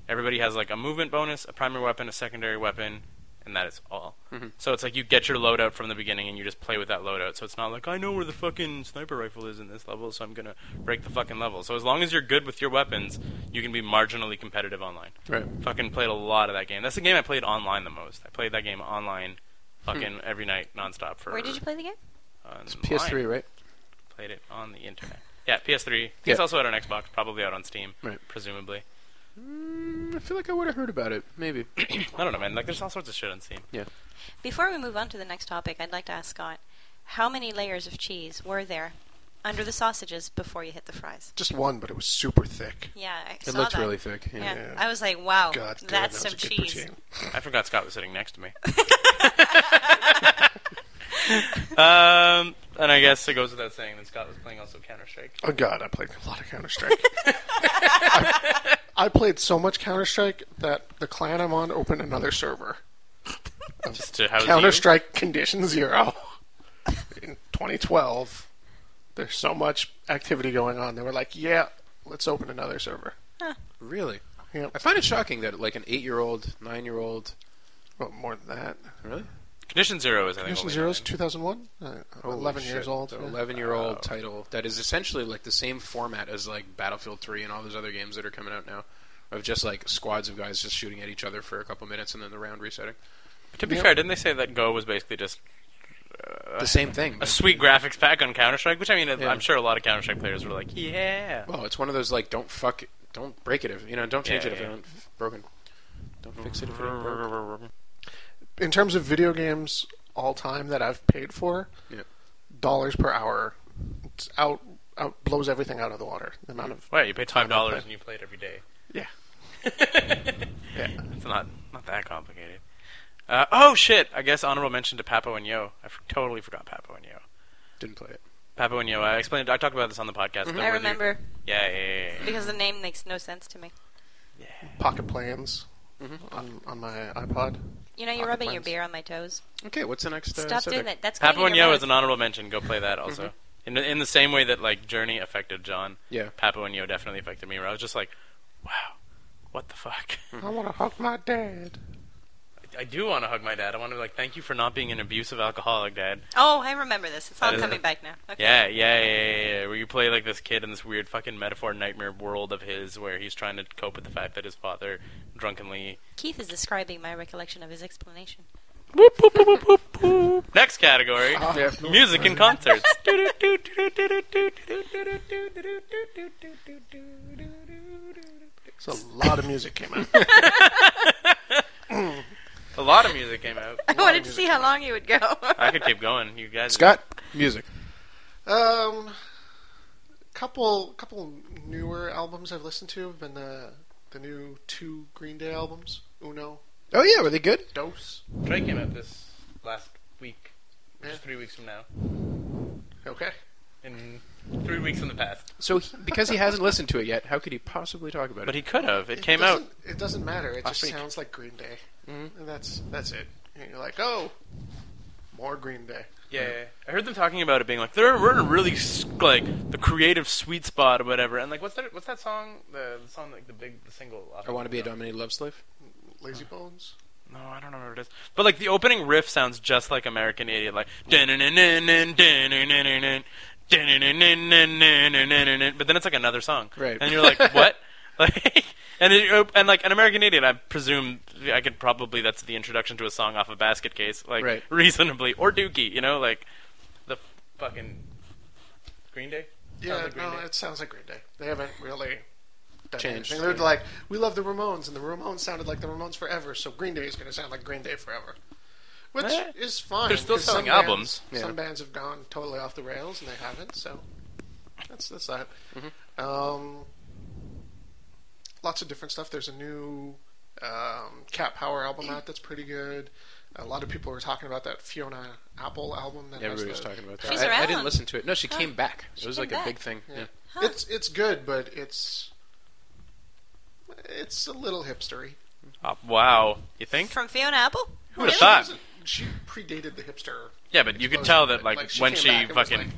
everybody has like a movement bonus, a primary weapon, a secondary weapon, and that is all. So it's like you get your loadout from the beginning and you just play with that loadout. So it's not like I know where the fucking sniper rifle is in this level, so I'm gonna break the fucking level. So as long as you're good with your weapons, you can be marginally competitive online
Right.
fucking played a lot of that game. That's the game I played online the most. I played that game online, fucking every night, nonstop. For
Where did you play the game?
It's
PS3, right?
Played it on the internet. Yeah, PS3.
Yeah.
It's also out on Xbox, probably out on Steam,
Right.
presumably.
Mm, I feel like I would have heard about it. Maybe.
I don't know, man. Like, there's all sorts of shit on Steam.
Before we move on to the next topic, I'd like to ask Scott how many layers of cheese were there under the sausages before you hit the fries?
Just one, but it was super thick.
Yeah, I
It
saw
looked
that.
really thick. Yeah.
Yeah.
Yeah.
I was like, wow,
God, damn,
that's
that
some
was a good
cheese.
poutine.
I forgot Scott was sitting next to me. um, and I guess it goes without saying that Scott was playing also Counter Strike.
Oh God, I played a lot of Counter Strike. I, I played so much Counter Strike that the clan I'm on opened another server.
Just to house
Counter
you.
Strike Condition Zero in 2012. There's so much activity going on. They were like, "Yeah, let's open another server."
Really.
Yeah,
I find it shocking that like an eight-year-old, nine-year-old.
well, more than that.
Really?
Condition Zero is, I think.
Condition
only
Zero is
nine.
2001. Uh,
Holy
11 years
shit.
old.
So
yeah.
11 year old title that is essentially like the same format as like Battlefield 3 and all those other games that are coming out now of just like squads of guys just shooting at each other for a couple minutes and then the round resetting.
To be fair, didn't they say that Go was basically just
the same thing.
a
But,
sweet graphics pack on Counter Strike, which I mean,
Yeah.
I'm sure a lot of Counter Strike players were like, yeah.
well, it's one of those like don't fuck it, don't break it if you know, don't change
Yeah,
it if
yeah.
it ain't broken. Don't fix it if it ain't broken.
In terms of video games all time that I've paid for,
Yeah.
dollars per hour, it's out, out blows everything out of the water. The amount of
Wait, you paid five
play.
dollars and you played every day.
yeah. Yeah.
It's not not that complicated. Uh, oh shit! I guess honorable mention to Papo and Yo. I f- totally forgot Papo and Yo.
Didn't play it.
Papo and Yo. I explained. I talked about this on the podcast. They're
Mm-hmm. I
really-
remember
Yeah, yeah, yeah, yeah.
because the name makes no sense to me.
pocket plans
Mm-hmm.
on, on my iPod.
You know, you're
Pocket
rubbing your
plans.
beer on my toes.
Okay, what's the next? Uh,
Stop
subject?
doing that. That's going
Papo
in
and
your
Yo
mouth.
is an honorable mention. Go play that also. In the, in the same way that like Journey affected John,
Yeah.
Papo and Yo definitely affected me. Where I was just like, wow, what the fuck.
I want to hug my dad.
I do want to hug my dad. I want to be like, thank you for not being an abusive alcoholic, dad.
Oh, I remember this. It's all
That is-
coming back now. Okay.
Yeah, yeah, yeah, yeah, yeah. Where you play like this kid in this weird fucking metaphor nightmare world of his, where he's trying to cope with the fact that his father drunkenly.
Keith is describing my recollection of his explanation.
Next category:
Yeah.
music and concerts.
So a lot of music came out.
A lot of music came out.
I wanted to see how long you would go.
I could keep going. You guys,
Scott, music.
um, couple couple newer albums I've listened to have been the the new two Green Day albums. Uno,
Oh yeah, were they good?
Dos.
Dre came out this last week, which is
Yeah.
three weeks from now.
Okay.
In three weeks in the past.
So he, because he hasn't listened to it yet, how could he possibly talk about
But
it?
he could have. It, came out.
doesn't- It doesn't matter. It
last
just
week.
sounds like Green Day, and that's that's it. And you're like, oh, more Green Day.
Yeah, I heard them talking about it being like they're we're in a really s- like the creative sweet spot or whatever. And like, what's that? What's that song? The, the song like the big the single. off
I want to
of
be a
it.
dominated love slave.
Lazy Bones.
No, I don't remember what it is. But like the opening riff sounds just like American Idiot, like "Dun-dun-dun-dun-dun, dun-dun-dun-dun-dun, dun-dun-dun-dun-dun-dun-dun-dun," but then it's like another song,
Right.
And you're like, what? Like, and it, op- and like an American Idiot, I presume I could probably that's the introduction to a song off a Basket Case, like
Right.
reasonably, or Dookie, you know, like the fucking Green Day.
Yeah,
like Green
no,
Day.
it sounds like Green Day. They haven't really done
Changed,
anything. They're
yeah.
like, we love the Ramones, and the Ramones sounded like the Ramones forever, so Green Day is going to sound like Green Day forever. Which
Eh,
is fine.
they're still
'cause some
selling albums.
Bands, Some
Yeah.
bands have gone totally off the rails, and they haven't. So that's that's that. Um, lots of different stuff. There's a new um, Cat Power album out that's pretty good. A lot of people were talking about that Fiona Apple album. That has
Everybody was
the-
talking about that.
She's
I, I
around.
didn't listen to it. No, she
Huh.
came back. It
She
was
came
like
back.
a big thing.
Yeah.
Yeah.
Huh.
It's it's good, but it's it's a little hipstery.
Oh, wow, you think?
From Fiona Apple?
Who would have thought?
Wasn't- She predated the hipster.
Yeah, but you could
explosion,
tell that
but,
like, when
came
she
back and was
fucking
like,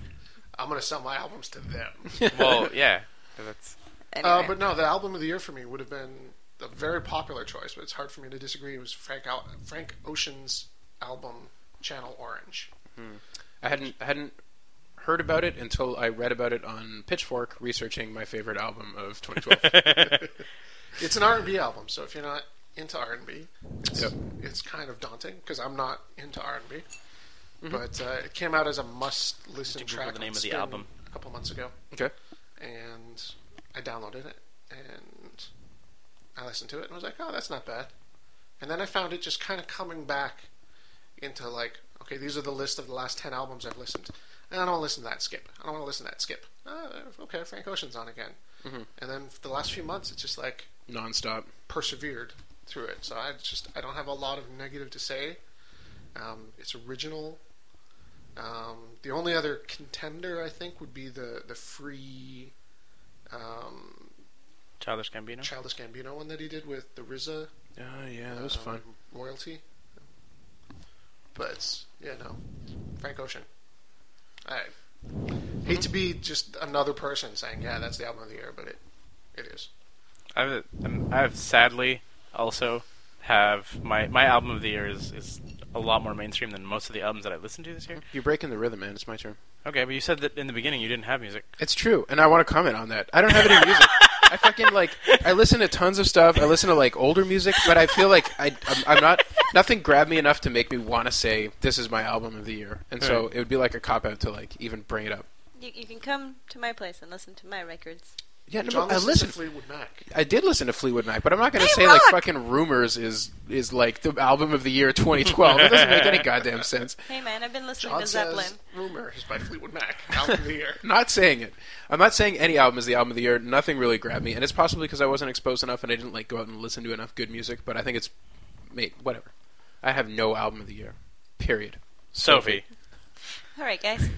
I'm gonna sell my albums to them.
well, yeah, 'cause that's
Anyway.
uh, but no, the album of the year for me would have been a very popular choice, but it's hard for me to disagree. It was Frank Al- Frank Ocean's album Channel Orange.
I hadn't I hadn't heard about it until I read about it on Pitchfork researching my favorite album of 2012.
It's an R&B album, so if you're not into R&B, it's,
Yep.
it's kind of daunting because I'm not into R&B. But uh, it came out as a must-listen
Google
track.
the
on
name of the
Spin
album.
a couple months ago,
okay.
and I downloaded it and I listened to it and was like, "Oh, that's not bad." And then I found it just kind of coming back into like, okay, these are the list of the last ten albums I've listened. I don't want to listen to that. Skip. I don't want to listen to that. Skip. Uh, okay, Frank Ocean's on again. And then for the last few months, it's just like
Nonstop.
persevered through it. So I just I don't have a lot of negative to say. Um, it's original. Um, the only other contender I think would be the the free um,
Childish Gambino.
Childish Gambino one that he did with the RZA.
Oh yeah, that was
um,
fun.
Royalty. But yeah, no, Frank Ocean. I hate to be just another person saying yeah, that's the album of the year, but it it is.
I've I'm- I've um, sadly also have my my album of the year is is a lot more mainstream than most of the albums that I listened to this year.
You're breaking the rhythm, man. It's my turn.
Okay, but you said that in the beginning you didn't have music.
It's true, and I want to comment on that. I don't have any music. I fucking like. I listen to tons of stuff. I listen to like older music, but I feel like I, I'm, I'm not. Nothing grabbed me enough to make me want to say this is my album of the year, and so
Right.
it would be like a cop out to like even bring it up.
You, you can come to my place and listen to my records.
Yeah, no,
John
but I
listens to
listened.
Fleetwood Mac.
I did listen to Fleetwood Mac, but I'm not going to
They
say like
rock!
fucking Rumors is is like the album of the year 2012. it doesn't make any goddamn sense.
Hey man, I've been listening
John
to Zeppelin.
says rumor is by Fleetwood Mac. Album of the year.
Not saying it. I'm not saying any album is the album of the year. Nothing really grabbed me, and it's possibly because I wasn't exposed enough and I didn't like go out and listen to enough good music. But I think it's, mate, whatever. I have no album of the year. Period.
Sophie,
All right, guys.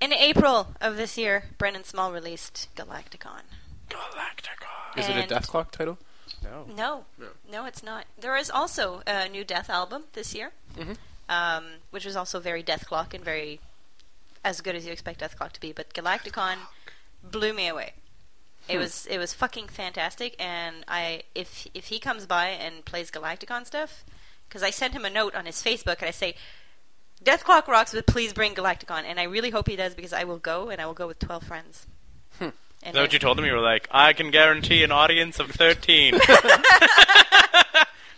In April of this year, Brennan Small released Galacticon.
Galactica.
Is it a
And-
Death Clock title?
No.
No,
No.
no, it's not. There is also a new Death album this year,
Mhm.
um, which was also very Death Clock and very as good as you expect Death Clock to be. But Galacticon blew me away. It
Hmm.
was it was fucking fantastic, and I if if he comes by and plays Galacticon stuff, because I sent him a note on his Facebook and I say, Death Clock rocks, but please bring Galacticon, and I really hope he does because I will go and I will go with twelve friends.
Hmm.
Is
And
that
I-
what you told them? You were like, I can guarantee an audience of thirteen. Mm-hmm.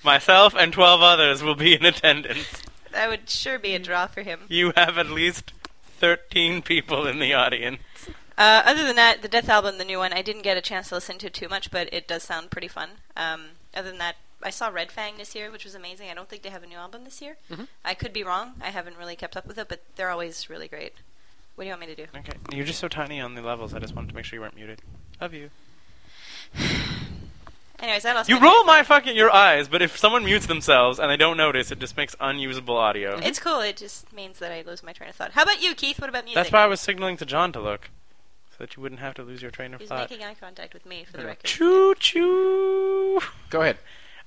Myself and twelve others will be in attendance.
that would sure be a
Hmm.
draw for him.
You have at least thirteen people in the audience.
Uh, other than that, the Death album, the new one, I didn't get a chance to listen to too much, but it does sound pretty fun. Um, other than that, I saw Red Fang this year, which was amazing. I don't think they have a new album this year.
Hmm.
I could be wrong. I haven't really kept up with it, but they're always really great. What do you want me to do?
Okay. You're just so tiny on the levels. I just wanted to make sure you weren't muted. Love you.
Anyways, I lost.
You
my train
roll
of
my
thought.
fucking your eyes, but if someone mutes themselves and they don't notice, it just makes unusable audio.
It's cool. It just means that I lose my train of thought. How about you, Keith? What about music?
That's why I was signaling to John to look, so that you wouldn't have to lose your train of
He was
thought.
making eye contact with me for the record.
Choo choo.
Go ahead.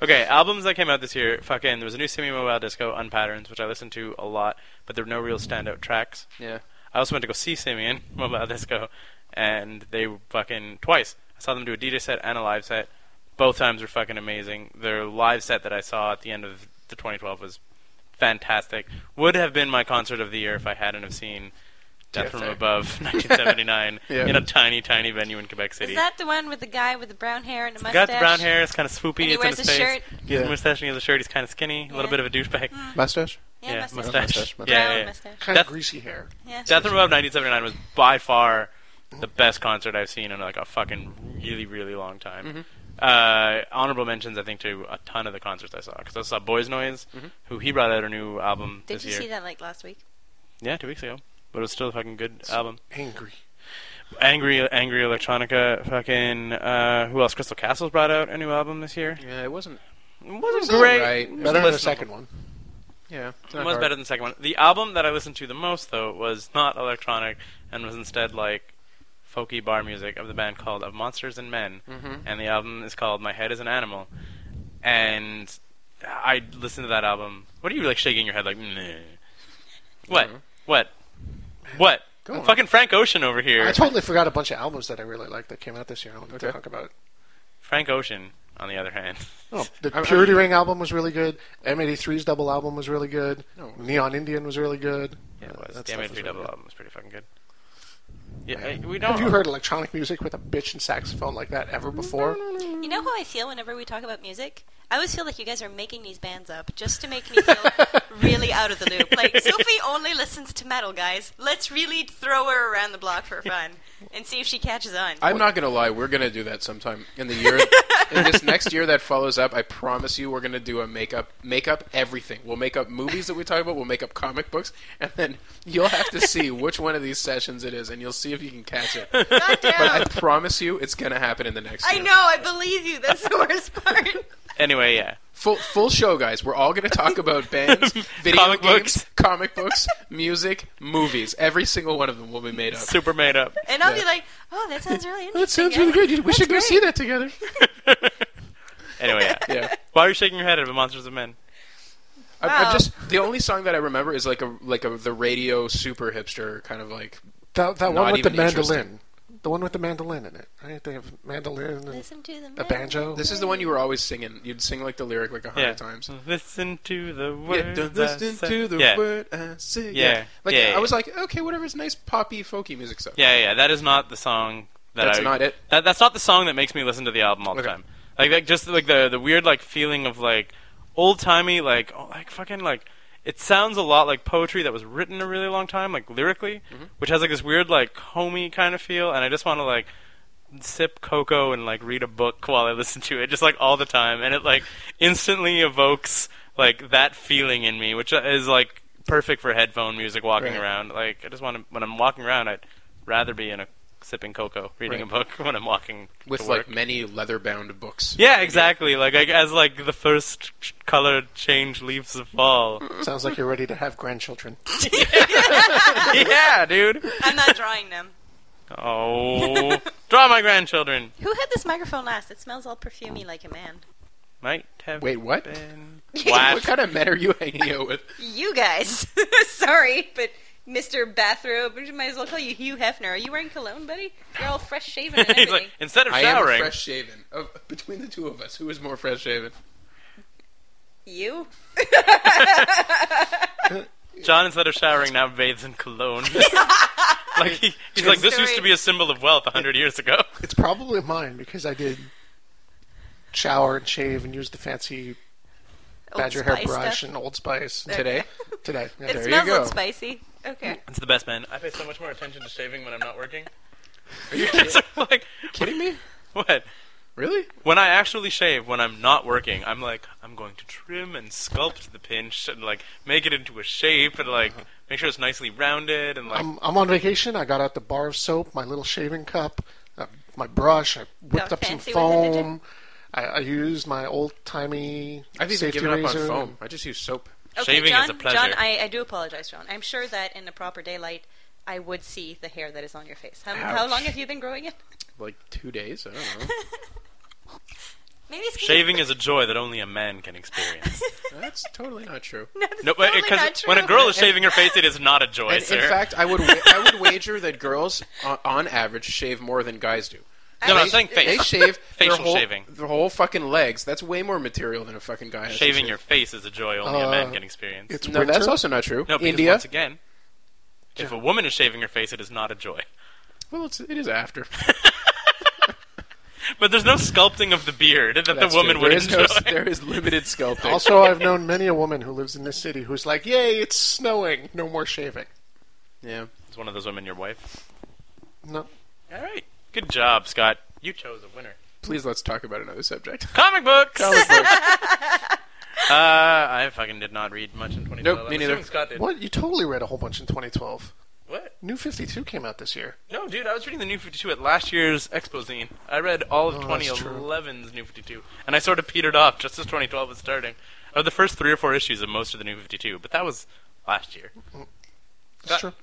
Okay, albums that came out this year. Fucking, there was a new Simi Mobile Disco, Unpatterns, which I listened to a lot, but there were no real standout tracks.
Yeah.
I also went to go see Simeon Mobile Disco, and they were fucking twice. I saw them do a DJ set and a live set. Both times were fucking amazing. Their live set that I saw at the end of the 2012 was fantastic. Would have been my concert of the year if I hadn't have seen Death from
DFA.
Above 1979
Yeah.
in a tiny, tiny venue in Quebec City.
Is that the one with the guy with the brown hair and the
He's
mustache?
got the brown hair. It's kind of swoopy.
And he
it's
wears
in
a
his face.
shirt.
He has a
Yeah.
mustache and he has a shirt. He's kind of skinny, a
Yeah. Hmm,
little bit of a douchebag.
Mustache?
Yeah,
Yeah,
mustache.
mustache.
Mustache, mustache.
Yeah,
Brown
yeah, yeah.
mustache.
Kind of
That's-
greasy hair.
Yeah.
Death Row of 1979 was by far the best concert I've seen in like a fucking really really long time. Uh, honorable mentions, I think, to a ton of the concerts I saw because I saw Boys Noise, who he brought out a new album
Did
this
you
year.
see that like last week?
Yeah, two weeks ago, but it was still a fucking good album.
Angry.
Angry, angry electronica. Fucking uh, who else? Crystal Castles brought out a new album this year.
Yeah, it wasn't.
It wasn't great.
alright.
It was
Better than the
listenable.
second one.
Yeah. it's
It
not
was
hard.
better than the second one. The album that I listened to the most, though, was not electronic and was instead like folky bar music of the band called Of Monsters and Men.
Mm-hmm.
Mhm.
And the album is called My Head is an Animal. And I listened to that album. What are you like shaking your head like? "Meh." What?
Mm-hmm.
Mhm.
What? What?
Go on.
Fucking Frank Ocean over here.
I totally forgot a bunch of albums that I really liked that came out this year. I wanted
Okay.
to talk about.
Frank Ocean, on the other hand.
Oh, the
I'm-
Purity Ring album was really good. M83's double album was really good.
No.
Neon Indian was really good.
Yeah,
Uh,
it was.
that
The
stuff
M83
really
double
good.
album was pretty fucking good. Yeah,
Yeah.
I- we don't.
Have you heard electronic music with a bitch and saxophone like that ever before?
You know how I feel whenever we talk about music? I always feel like you guys are making these bands up just to make me feel really out of the loop. Like, Sophie only listens to metal, guys. Let's really throw her around the block for fun and see if she catches on.
I'm not gonna lie. We're gonna do that sometime in the year. in this next year that follows up, I promise you, we're gonna do a makeup, makeup everything. We'll make up movies that we talk about. We'll make up comic books, and then you'll have to see which one of these sessions it is, and you'll see if you can catch it. But
God damn.
I promise you, it's gonna happen in the next.
I
year.
know, I believe you. That's the worst part.
Anyway, yeah.
Full full show, guys. We're all gonna talk about bands, video
Comic
games,
books.
comic books, music, movies. Every single one of them will be made up.
Super made up.
And I'll be
Yeah.
like, oh, that sounds really interesting.
That sounds really good. We
That's
should go
great.
see that together.
anyway, yeah.
Yeah.
Why are you shaking your head at Monsters of Men?
I,
Wow.
I just the only song that I remember is like a like a the radio super hipster kind of like
That, that
Not
one with the
even interesting.
mandolin. The one with the mandolin in it, right? They have mandolin and
Listen to them.
a banjo.
this is the one you were always singing. You'd sing like the lyric like a hundred
yeah.
times.
Listen to the words.
Yeah, don't
I
listen
said-
to the
yeah.
word I say.
Yeah.
like
Yeah,
I
yeah.
was like, okay, whatever's nice, poppy, folky music stuff.
Yeah, yeah. That is not the song. That
That's
I-
not it?
That, that's not the song that makes me listen to the album all the
Okay.
time. Like, like just like the the weird like feeling of like old timey like oh, like fucking like it sounds a lot like poetry that was written a really long time like lyrically,
Mm-hmm.
which has like this weird like homey kind of feel, and I just want to like sip cocoa and like read a book while I listen to it, just like all the time, and it like instantly evokes like that feeling in me, which is like perfect for headphone music walking
Right.
around. Like I just want to when I'm walking around, I'd rather be in a sipping cocoa, reading a book when I'm walking
with
to
like
work.
many leather bound books.
yeah, exactly. Like I, as like the first ch- color change leaves of fall.
Sounds like you're ready to have grandchildren.
yeah, dude.
I'm not drawing them.
Oh, draw my grandchildren.
Who had this microphone last? It smells all perfumey like a man.
Might have
Wait, what?
been.
What kind of men are you hanging out with?
You guys. Sorry, but Mr. Bathrobe, we might as well call you Hugh Hefner. Are you wearing cologne, buddy? You're all fresh shaven and
He's
everything.
like instead of
I am
showering.
fresh shaven. Of, between the two of us, who is more fresh shaven?
You?
John, instead of showering, now bathes in cologne. like he, he's like, this used to be a symbol of wealth a hundred years ago.
It's probably mine because I did shower and shave and use the fancy
Old
badger
Spice
hair brush
stuff.
and Old Spice
Today,
today. yeah.
It
There you
smells
go.
old spicy. Okay.
It's the best, man. I pay so much more attention to shaving when I'm not working.
are you
so, like,
kidding me?
what?
Really?
When I actually shave, when I'm not working, I'm like, I'm going to trim and sculpt the pinch and like make it into a shape and like
Uh-huh.
make sure it's nicely rounded and like.
Um,
I'm, I'm on vacation. I got out the bar of soap, my little shaving cup, uh, my brush. I whipped
Got
up some
fancy with it, did you?
foam. I, I use my old timey
I've even
safety
given up
razor.
on foam. I just use soap.
Okay,
Shaving is
John,
a pleasure.
John, I, I do apologize, John. I'm sure that in the proper daylight, I would see the hair that is on your face. How, how
Ouch.
long have you been growing it?
Like two days. I don't
Maybe it's
Shaving is a joy that only a man can experience.
know. That's totally not true.
no, that's
No, but
totally
because
not
when a
true.
girl is shaving her face, it is not a joy,
And
sir.
in fact, I would wa- I would wager that girls on, on average shave more than guys do.
no, no, I'm
They-
saying face.
They shave
Facial
their whole,
shaving.
their whole fucking legs. That's way more material than a fucking guy. Has
Shaving
to
your
shave.
face is a joy only a
Uh,
man can experience.
It's
No,
winter.
that's also not true.
no, because
India.
once again, if a woman is shaving her face, it is not a joy.
well, it's, it is after.
But there's no sculpting of the beard that
That's
the woman
true.
would
There is
enjoy.
no- there is limited sculpting.
also, I've known many a woman who lives in this city who's like, "Yay, it's snowing! No more shaving."
yeah.
It's one of those women, your wife.
No,
All right, good job, Scott. You chose a winner.
Please let's talk about another subject.
Comic books.
Comic book.
uh, I fucking did not read much in 2012.
Nope, me
I'm
neither.
assuming Scott did.
what? You totally read a whole bunch in 2012.
What?
New 52 came out this year.
No, dude, I was reading the New 52 at last year's Exposine. I read all of
Oh, that's true.
2011's New 52, and I sort of petered off just as 2012 was starting. I read the first three or four issues of most of the New 52, but that was last year.
That's true.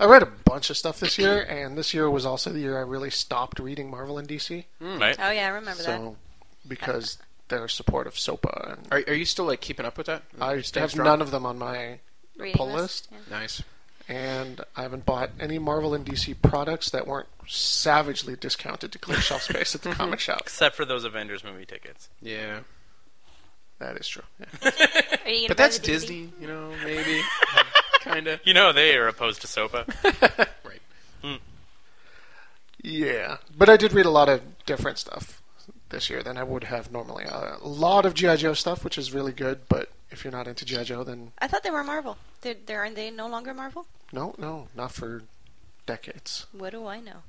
I read a bunch of stuff this year, and this year was also the year I really stopped reading Marvel and DC.
Right?
Oh yeah, I remember that.
So, because their support of SOPA, and
Are, are you still like keeping up with that?
I
Staying
have
strong?
none of them on my,
Reading
pull list?
Yeah.
Nice.
and I haven't bought any Marvel and DC products that weren't savagely discounted to clear shelf space at the comic shop.
Except for those Avengers movie tickets.
Yeah.
That is true. Yeah.
Are you gonna
But
buy
that's
the DVD?
Disney, you know, maybe. kind of.
You know they are opposed to SOPA.
Oh, Right.
Yeah, but I did read a lot of different stuff this year than I would have normally. Uh, a lot of GI Joe stuff, which is really good. But if you're not into GI Joe, then
I thought they were Marvel. They're, they're, aren't they no longer Marvel?
no, no, not for decades.
What do I know?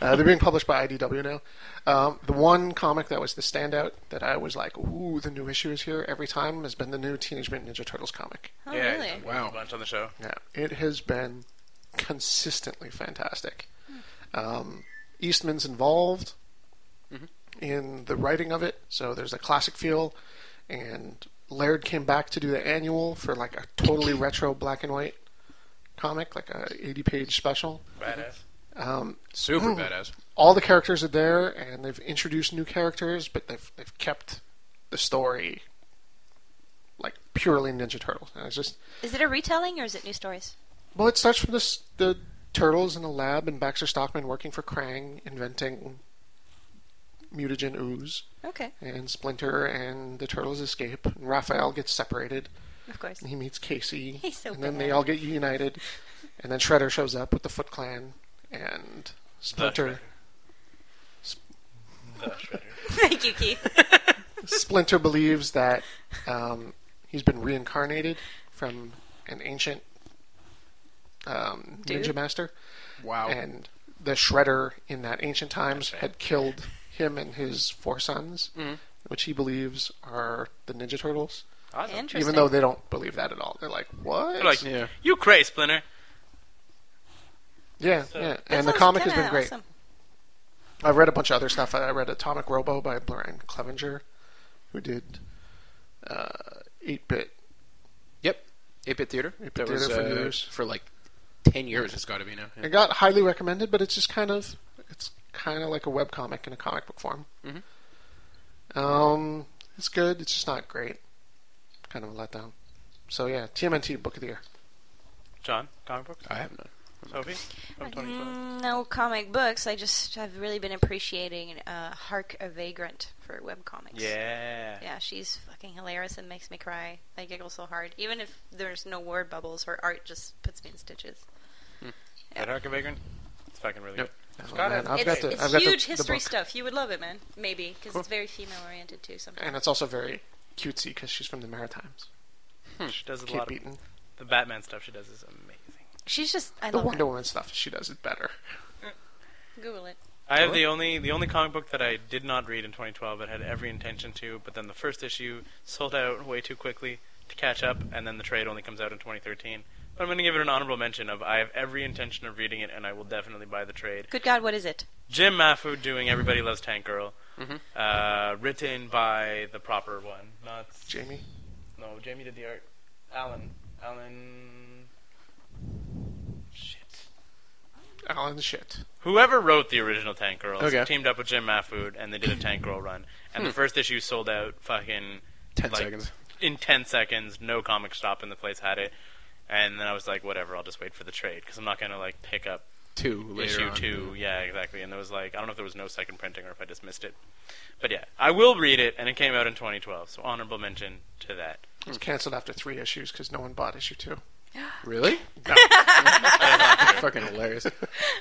Uh, they're being published by IDW now. Um, the one comic that was the standout that I was like, "Ooh, the new issue is here!" every time has been the new Teenage Mutant Ninja Turtles comic.
Oh
yeah,
really?
it's
Wow.
A bunch on the show.
Yeah, it has been consistently fantastic. Um, Eastman's involved in the writing of it, so there's a classic feel, and Laird came back to do the annual for like a totally retro black and white comic, like a 80 page special.
Badass.
Um,
Super
Ooh.
badass.
all the characters are there, and they've introduced new characters, but they've they've kept the story like purely Ninja Turtles. And it's just
Is it a retelling or is it new stories?
well, it starts from this the turtles in a lab, and Baxter Stockman working for Krang, inventing mutagen ooze,
Okay,
and Splinter and the turtles escape, and Raphael gets separated,
of course.
and he meets Casey,
He's so
and then they
bad.
all get united, and then Shredder shows up with the Foot Clan, and Splinter.
Thank you, Keith.
Splinter believes that um, he's been reincarnated from an ancient um,
Dude.
ninja master,
Wow.
and the Shredder in that ancient times had killed him and his four sons, which he believes are the Ninja Turtles.
Awesome.
Interesting.
Even though they don't believe that at all, they're like, "What?"
They're like,
Yeah.
you cray, Splinter.
yeah, yeah. And the comic has been great. I've read a bunch of other stuff. I read Atomic Robo by Brian Clevenger, who did uh, Eight Bit.
Yep. 8 Bit Theater.
8-Bit
that was
Theater for
uh,
years.
for like 10 years, it's got to be now. Yeah.
It got highly recommended, but it's just kind of it's kind of like a webcomic in a comic book form.
Mhm.
Mm-hmm.
Um, it's good. It's just not great. Kind of a letdown. So yeah, TMNT book of the year.
John, comic books?
I have none.
Sophie? From 2012.
Mm, No comic books. I just have really been appreciating uh, Hark a Vagrant for webcomics.
Yeah.
Yeah, she's fucking hilarious and makes me cry. I giggle so hard. Even if there's no word bubbles, her art just puts me in stitches.
Red Harker Vagrant? It's fucking really
Yep.
Oh,
Got
man,
it.
I've
it's
got the,
it's
I've got the-
huge
the
history
book.
stuff. You would love it, man. Maybe because
Cool.
it's very female oriented too. Sometimes.
and it's also very cutesy because she's from the Maritimes.
good. She does a
Kate
lot of
Beaton,
the Batman stuff she does is amazing.
She's just I
the
love
Wonder
her.
Woman stuff, she does it better.
Google it.
I have
Huh?
the only the only comic book that I did not read in 2012, but had every intention to. But then the first issue sold out way too quickly to catch up, and then the trade only comes out in 2013. But I'm going to give it an honorable mention of I have every intention of reading it, and I will definitely buy the trade.
Good God, what is it?
Jim Mafu doing Everybody Loves Tank Girl. uh, written by the proper one, not
Jamie.
no Jamie did the art. Alan, Alan, shit.
Alan shit.
Whoever wrote the original Tank Girls
Okay. Hmm.
teamed up with Jim Mahfood and they did a Tank Girl run. And the first issue sold out fucking
Ten
like,
seconds.
in 10 seconds. No comic shop in the place had it. And then I was like, whatever, I'll just wait for the trade because I'm not going to like pick up
Two later
issue
on.
two. Yeah, exactly. And there was like, I don't know if there was no second printing or if I just missed it. But yeah, I will read it and it came out in 2012. So honorable mention to that.
It
Hmm.
was canceled after three issues because no one bought issue two.
Really? Fucking hilarious.
Uh,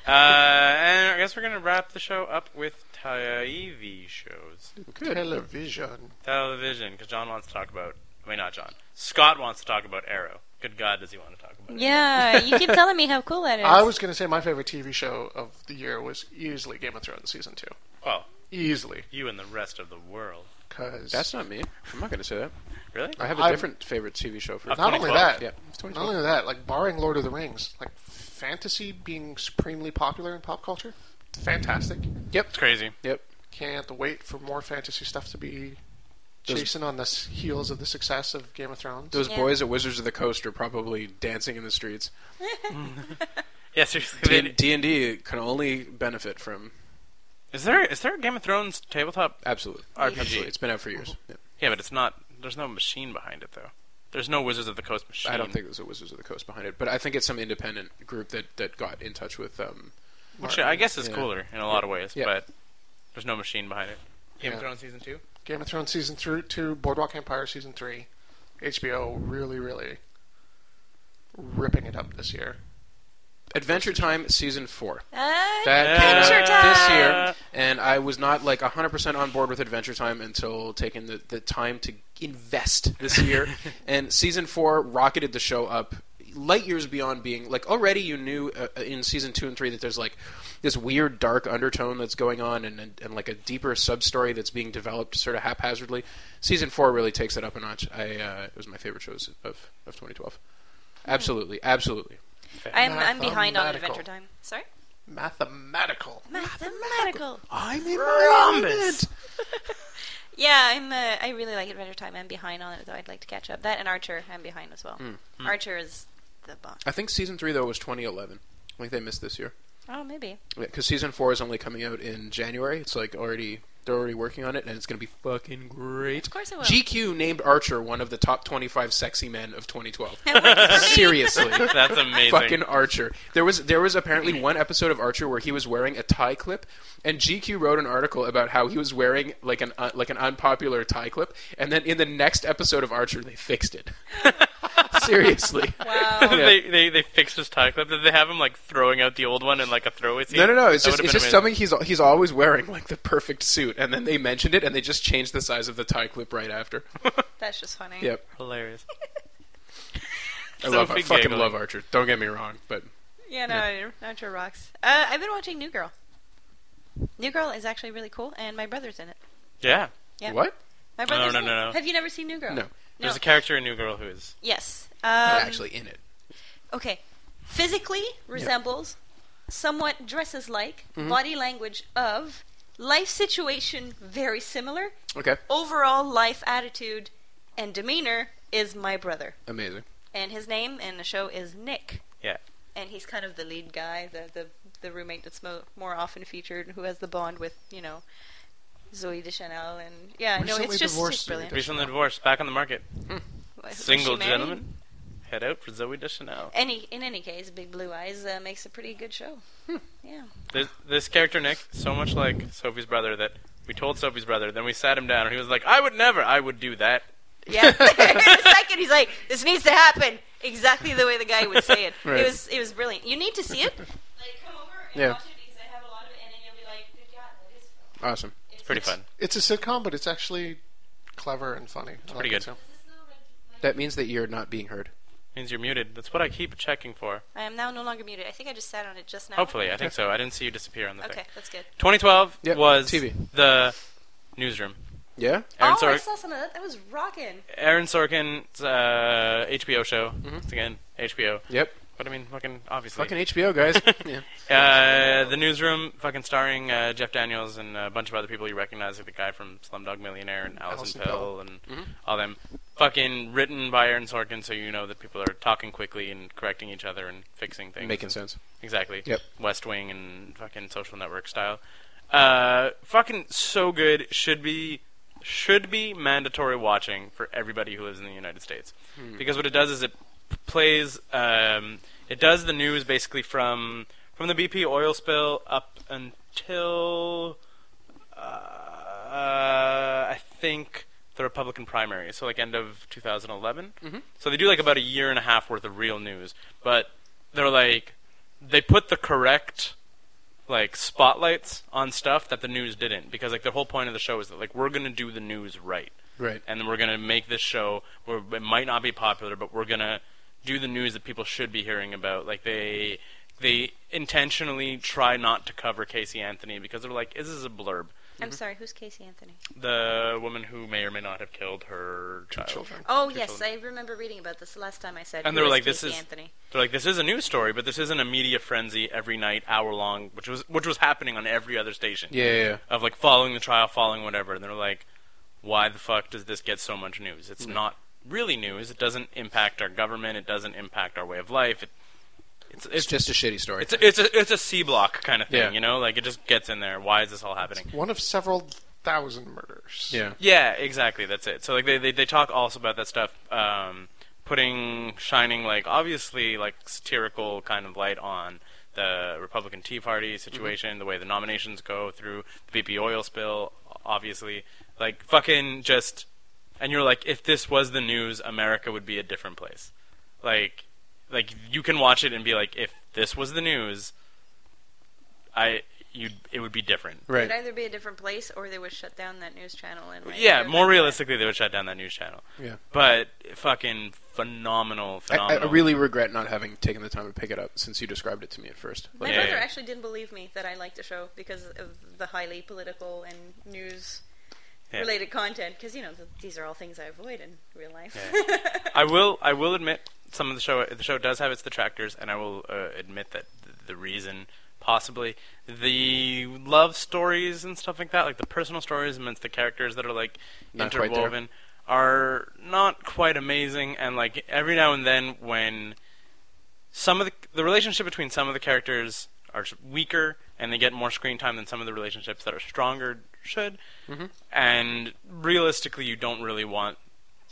and I guess we're going to wrap the show up with TV shows.
Television.
Television, because John wants to talk about. I mean, not John. Scott wants to talk about Arrow. Good God, does he want to talk about it?
Yeah, you keep telling me how cool that is.
I was going to say my favorite TV show of the year was easily Game of Thrones season two.
Well,
Easily,
you and the rest of the world.
because
That's not me. I'm not going to say that.
Really?
I have a
I'm-
different favorite TV show for.
Of
not only
2012.
that.
yeah, it's
Not
2012.
only that, like barring Lord of the Rings, like fantasy being supremely popular in pop culture, fantastic.
It's crazy.
Yep.
Can't wait for more fantasy stuff to be
Those-
chasing on the s- heels of the success of Game of Thrones.
Those
Yeah.
boys at Wizards of the Coast are probably dancing in the streets.
Yeah, seriously. they-
D and D can only benefit from
is there is there a Game of Thrones tabletop?
absolutely,
RPG.
absolutely. It's been out for years. Yeah.
Yeah, but it's not. There's no machine behind it though. There's no Wizards of the Coast machine.
I don't think there's a Wizards of the Coast behind it, but I think it's some independent group that, that got in touch with. Um,
Which I guess is
Yeah.
cooler in a lot of ways,
Yeah.
but there's no machine behind it. Game
Yeah.
of Thrones season two.
Game of Thrones season through two, Boardwalk Empire season three, HBO really, really ripping it up this year.
Adventure Time season four
Uh,
that came
Adventure
out
Time!
this year, and I was not like 100 percent on board with Adventure Time until taking the, the time to invest this year. and season four rocketed the show up light years beyond being like already you knew uh, in season two and three that there's like this weird dark undertone that's going on and, and, and like a deeper sub story that's being developed sort of haphazardly season four really takes it up a notch i uh, it was my favorite shows of, of 2012 absolutely absolutely
I'm, I'm behind on
Mathematical.
Adventure Time. Sorry?
Mathematical.
Mathematical.
i'm in
Yeah, I'm. Uh, I really like Adventure Time. I'm behind on it, though. I'd like to catch up. That and Archer, I'm behind as well. Archer is the bomb.
I think season three though was 2011. I think they missed this year
Oh, maybe.
because season four is only coming out in January. It's like already they're already working on it, and it's gonna be fucking great.
Of course it will.
GQ named Archer one of the top 25 sexy men of 2012.
That works for me.
Seriously.
That's amazing.
Fucking Archer. There was there was apparently one episode of Archer where he was wearing a tie clip, and GQ wrote an article about how he was wearing like an uh, like an unpopular tie clip, and then in the next episode of Archer they fixed it. Seriously.
Wow.
Yeah.
Um, they, they they fixed his tie clip. Did they have him like throwing out the old one in like a throwaway scene?
No, no, no. It's
That
just
would've
it's
been
just
amazing.
something he's he's always wearing, like the perfect suit, and then they mentioned it, and they just changed the size of the tie clip right after.
That's just funny.
Yep,
hilarious.
I love I
Sophie
fucking
giggling.
love Archer. Don't get me wrong, but
Yeah, no, Archer rocks. Uh, I've been watching New Girl. New Girl is actually really cool, and my brother's in it.
Yeah,
Yeah.
what?
My brother's
no,
in
no,
it.
no.
Have you never seen New Girl?
No,
there's
No.
a character in New Girl who is
Yes.
I'm
Um,
actually in it.
Okay. Physically resembles, somewhat dresses like, body language of, life situation very similar,
Okay,
overall life attitude and demeanor is my brother.
amazing.
And his name in the show is Nick.
yeah.
And he's kind of the lead guy, the the, the roommate that's mo- more often featured, who has the bond with, you know, Zoe Deschanel. And yeah, no,
Recently
it's just,
divorced
just brilliant.
Recently divorced, back on the market.
Was she
Single
married?
gentleman, head out for Zoe Deschanel.
Any, in any case, Big Blue Eyes uh, makes a pretty good show. Yeah.
This, this character Nick, so much like Sophie's brother that we told Sophie's brother, then we sat him down and he was like, "I would never, I would do that."
Yeah. in a second, he's like, "This needs to happen." Exactly the way the guy would say it.
Right.
It was it was brilliant. You need to see it. Like, come over and
Yeah.
watch it because I have a lot of it, and then you'll be like, "Good God, that is."
Awesome.
It's pretty fun.
It's a sitcom, but it's actually clever and funny. It's
pretty good.
That means that you're not being heard.
Means you're muted. That's what I keep checking for.
I am now no longer muted. I think I just sat on it just now.
Hopefully, I think so. I didn't see you disappear on the
Okay,
thing.
that's good.
2012
Yep,
was
TV.
the newsroom.
Yeah.
Aaron
oh, I
Sorkin,
saw some of that. That was rocking.
Aaron Sorkin's uh, HBO show. It's again HBO.
Yep.
But I mean, fucking obviously.
Mm-hmm. Fucking HBO guys. yeah.
Uh, the newsroom, fucking starring uh, Jeff Daniels and a bunch of other people you recognize, like the guy from Slumdog Millionaire and Allison
Alison
Pill,
Pill.
and
Mm-hmm.
all them. Fucking written by Aaron Sorkin, so you know that people are talking quickly and correcting each other and fixing things.
Making
and-
sense.
Exactly.
Yep.
West Wing and fucking Social Network style. Uh, fucking so good. Should be should be mandatory watching for everybody who lives in the United States because what it does is it p- plays um, it does the news basically from from the BP oil spill up until uh, I think the Republican primary, so like end of 2011. So they do like about a year and a half worth of real news, but they're like they put the correct like spotlights on stuff that the news didn't because like the whole point of the show is that like we're gonna do the news right
Right.
and then we're gonna make this show where it might not be popular, but we're gonna do the news that people should be hearing about. Like they they intentionally try not to cover Casey Anthony because they're like, this is a blurb.
I'm sorry, who's Casey Anthony?
The woman who may or may not have killed her child.
children.
Oh,
Two
yes,
children.
I remember reading about this the last time I said.
And they
who
were
is
like, this
Casey
is-
Anthony.
They're like, this is a news story, but this isn't a media frenzy every night, hour long, which was which was happening on every other station.
Yeah, yeah, yeah.
Of like following the trial, following whatever, and they're like, why the fuck does this get so much news? It's not really news. It doesn't impact our government. It doesn't impact our way of life. It, it's
It's
it's
just a shitty story.
it's a, it's a, it's a C block kind of thing,
Yeah.
you know? Like it just gets in there. Why is this all happening?
One of several thousand murders.
yeah.
Yeah, exactly. That's it. So like they they, they talk also about that stuff, um, putting shining like obviously like satirical kind of light on the Republican Tea Party situation, the way the nominations go through the BP oil spill, obviously like fucking just. And you're like, if this was the news, America would be a different place. Like, like you can watch it and be like, if this was the news, I you it would be different.
It'd
Right.
either be a different place or they would shut down that news channel. And like,
Yeah,
do
more
that.
realistically, they would shut down that news channel.
Yeah.
But fucking phenomenal,
I, I
phenomenal.
really regret not having taken the time to pick it up since you described it to me at first.
My
Yeah.
brother actually didn't believe me that I liked the show because of the highly political and news
Yeah.
related content. Because you know th- these are all things I avoid in real life.
I will. I will admit some of the show. The show does have its detractors, and I will uh, admit that th- the reason, possibly, the love stories and stuff like that, like the personal stories amongst the characters that are like
Not quite there.
interwoven, are not quite amazing. And like every now and then, when some of the the relationship between some of the characters are s- weaker and they get more screen time than some of the relationships that are stronger should.
Mm-hmm.
And realistically, you don't really want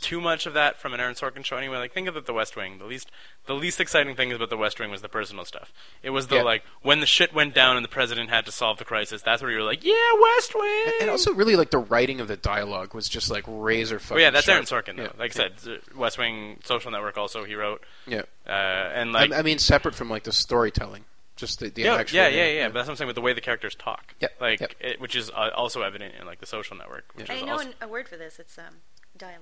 too much of that from an Aaron Sorkin show anyway. Like think of it, The West Wing. The least the least exciting thing about The West Wing was the personal stuff. It was the
Yeah.
like when the shit went down and the president had to solve the crisis. That's where you were like, yeah, West Wing.
And also, really, like the writing of the dialogue was just like razor fucking.
Oh, yeah, that's Aaron
sharp.
Sorkin though.
Yeah.
Like I said, West Wing, Social Network also he wrote.
yeah.
Uh, and
I-
like
I, mean, separate from like the storytelling, just the, the
yeah,
actual.
yeah, yeah, yeah, But that's what I'm saying with the way the characters talk.
Yep,
Like,
yep.
It, which is uh, also evident in like the Social Network. Which
I
is
know
also
an, a word for this. It's um, dialogue.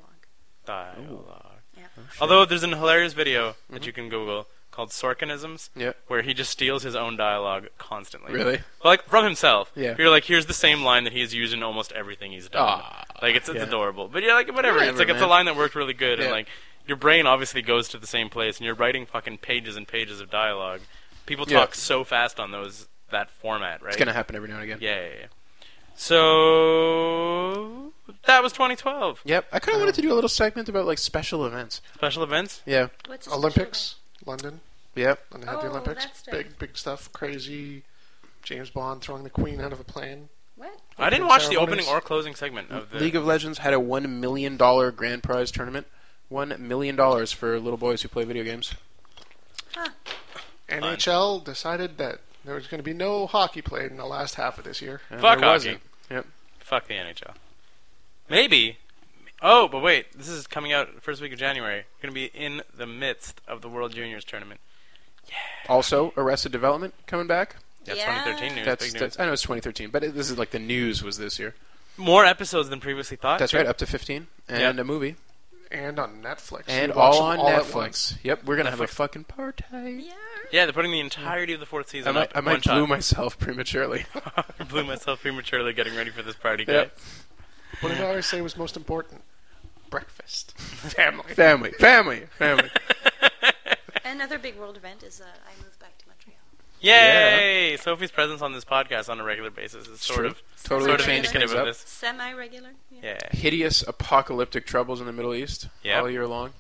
dialogue.
Yeah.
Although there's an hilarious video that you can Google called Sorkinisms,
Mm-hmm. Yeah.
where he just steals his own dialogue constantly.
Really?
But, like from himself.
Yeah.
You're like, here's the same line that he has used in almost everything he's done.
Ah,
like it's, it's
yeah.
adorable. But yeah, like whatever. it's
Whatever,
like it's a
man.
line that worked really good, and
Yeah.
like your brain obviously goes to the same place, and you're writing fucking pages and pages of dialogue. People
Yeah.
talk so fast on those that format, right?
It's gonna happen every now and again.
Yeah, yeah, yeah. So that was 2012
Yep. I
Um,
kind of wanted to do a little segment about like special events.
special events.
Yeah.
What's a special
Olympics, London.
Yep.
When they had the
Oh,
Olympics.
that's right.
Big, big stuff. Crazy. James Bond throwing the Queen out of a plane.
event? What?
I didn't
Opening
watch the
ceremonies.
opening or closing segment of the
League of Legends had a one million dollar grand prize tournament. One million dollars for little boys who play video games.
NHL decided that there was going to be no hockey played in the last half of this year.
And
Fuck hockey.
there wasn't. Yep.
fuck the NHL. Maybe. Oh, but wait, this is coming out first week of January. Going to be in the midst of the World Juniors tournament.
Also, Arrested Development coming back.
That's
Yeah.
2013 news.
That's,
big news.
that's I know it's 2013, but it, this is like the news was this year.
More episodes than previously thought.
That's
too.
right, up to 15 and
Yeah.
a movie
And on Netflix.
and
You watch
all
them
on
at once.
Netflix. Yep, we're gonna have a
Netflix.
fucking
Hmm.
party.
Yeah.
Yeah, they're putting the entirety of the fourth
I
season
might,
up.
I
in one
might
shot.
blew myself prematurely.
blew myself prematurely getting ready for this party, guys.
Yep.
What did I always say was most important? Breakfast. Family.
family, family, family.
Another big world event is uh, I moved back to Montreal.
Yay! Sophie's presence on this podcast on a regular basis is sort
true.
of
Totally
sort of
changed
indicative of
things up.
this.
Semi-regular.
Yeah,
Hideous apocalyptic troubles in the Middle East
Yeah.
all year long.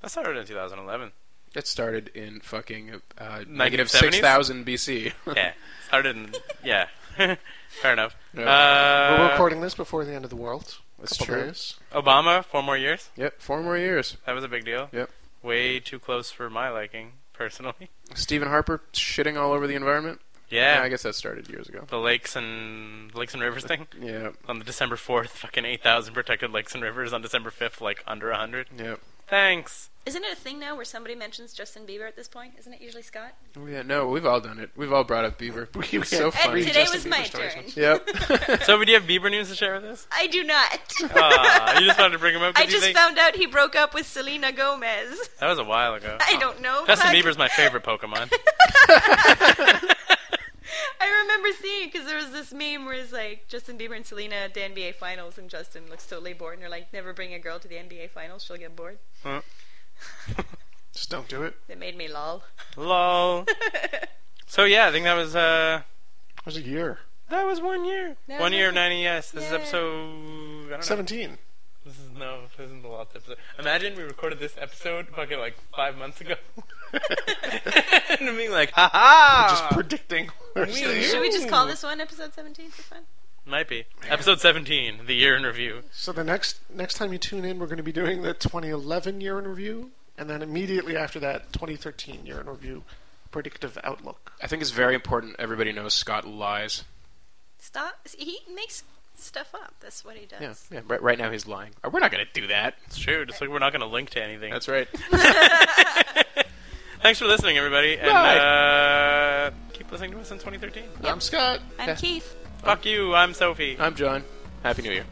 that started in 2011.
It started in fucking uh, negative
1970s?
6,000 BC.
Yeah, started in yeah. Fair enough.
Yeah.
Uh,
We're recording this before the end of the world.
That's
Couple
true.
days.
Obama four more years.
Yep, four more years.
That was a big deal.
Yep.
Way too close for my liking, personally.
Stephen Harper shitting all over the environment.
Yeah.
I guess that started years ago.
the lakes and lakes and rivers thing
Yeah,
on the December 4th, fucking 8,000 protected lakes and rivers on December 5th, like under 100.
yeah.
Thanks.
Isn't it a thing now where somebody mentions Justin Bieber at this point? Isn't it usually Scott?
Oh, yeah, no, we've all done it. We've all brought up Bieber.
We- we
It's so
had
funny.
And
Three
today
Justin
was
Bieber
my
stories.
turn.
Yep.
Sophie, do you have Bieber news to share with us?
I do not.
Ah, Aw, you just wanted to bring him up. 'cause
I
you
just
think-
found out he broke up with Selena Gomez.
that was a while ago.
I don't know.
Justin
fuck.
Bieber's my favorite Pokemon.
I remember seeing it because there was this meme where it's like Justin Bieber and Selena at the NBA Finals, and Justin looks totally bored, and they're like, "Never bring a girl to the NBA Finals; she'll get bored."
Huh.
Just don't do it.
That made me lol.
Lol. So yeah, I think that was uh
It was a year.
that was one year.
That
one
was
year of
one
90s. This is
Yay.
episode I don't know.
17.
This is no, this isn't the last episode. Imagine we recorded this episode fucking like five months ago. and being like, ha ha!
Just predicting. worst
Really?
things.
Should Ah. we just call this one episode 17 for fun?
Might be. Episode 17, the year in review.
So the next next time you tune in, we're going to be doing the 2011 year in review, and then immediately after that, 2013 year in review, predictive outlook.
I think it's very important everybody knows Scott lies.
Stop. He makes stuff up. That's what he does.
Yeah, yeah. Right, right now he's lying. Uh, We're not going to do that.
It's true. Just like we're not going to link to anything.
That's right.
Thanks for listening, everybody. And uh, keep listening to us in 2013.
I'm Scott.
I'm Keith.
Fuck you. I'm Sophie.
I'm John. Happy New Year.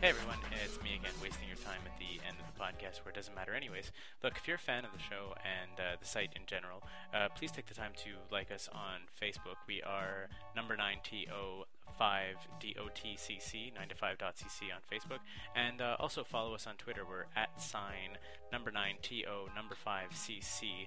Hey everyone, it's me again, wasting your time at the end of the podcast where it doesn't matter anyways. Look, if you're a fan of the show and uh, the site in general, uh, please take the time to like us on Facebook. We are number 9TO5DOTCC, 9to5.cc on Facebook. And uh, also follow us on Twitter. We're at sign number 9TO number 5CC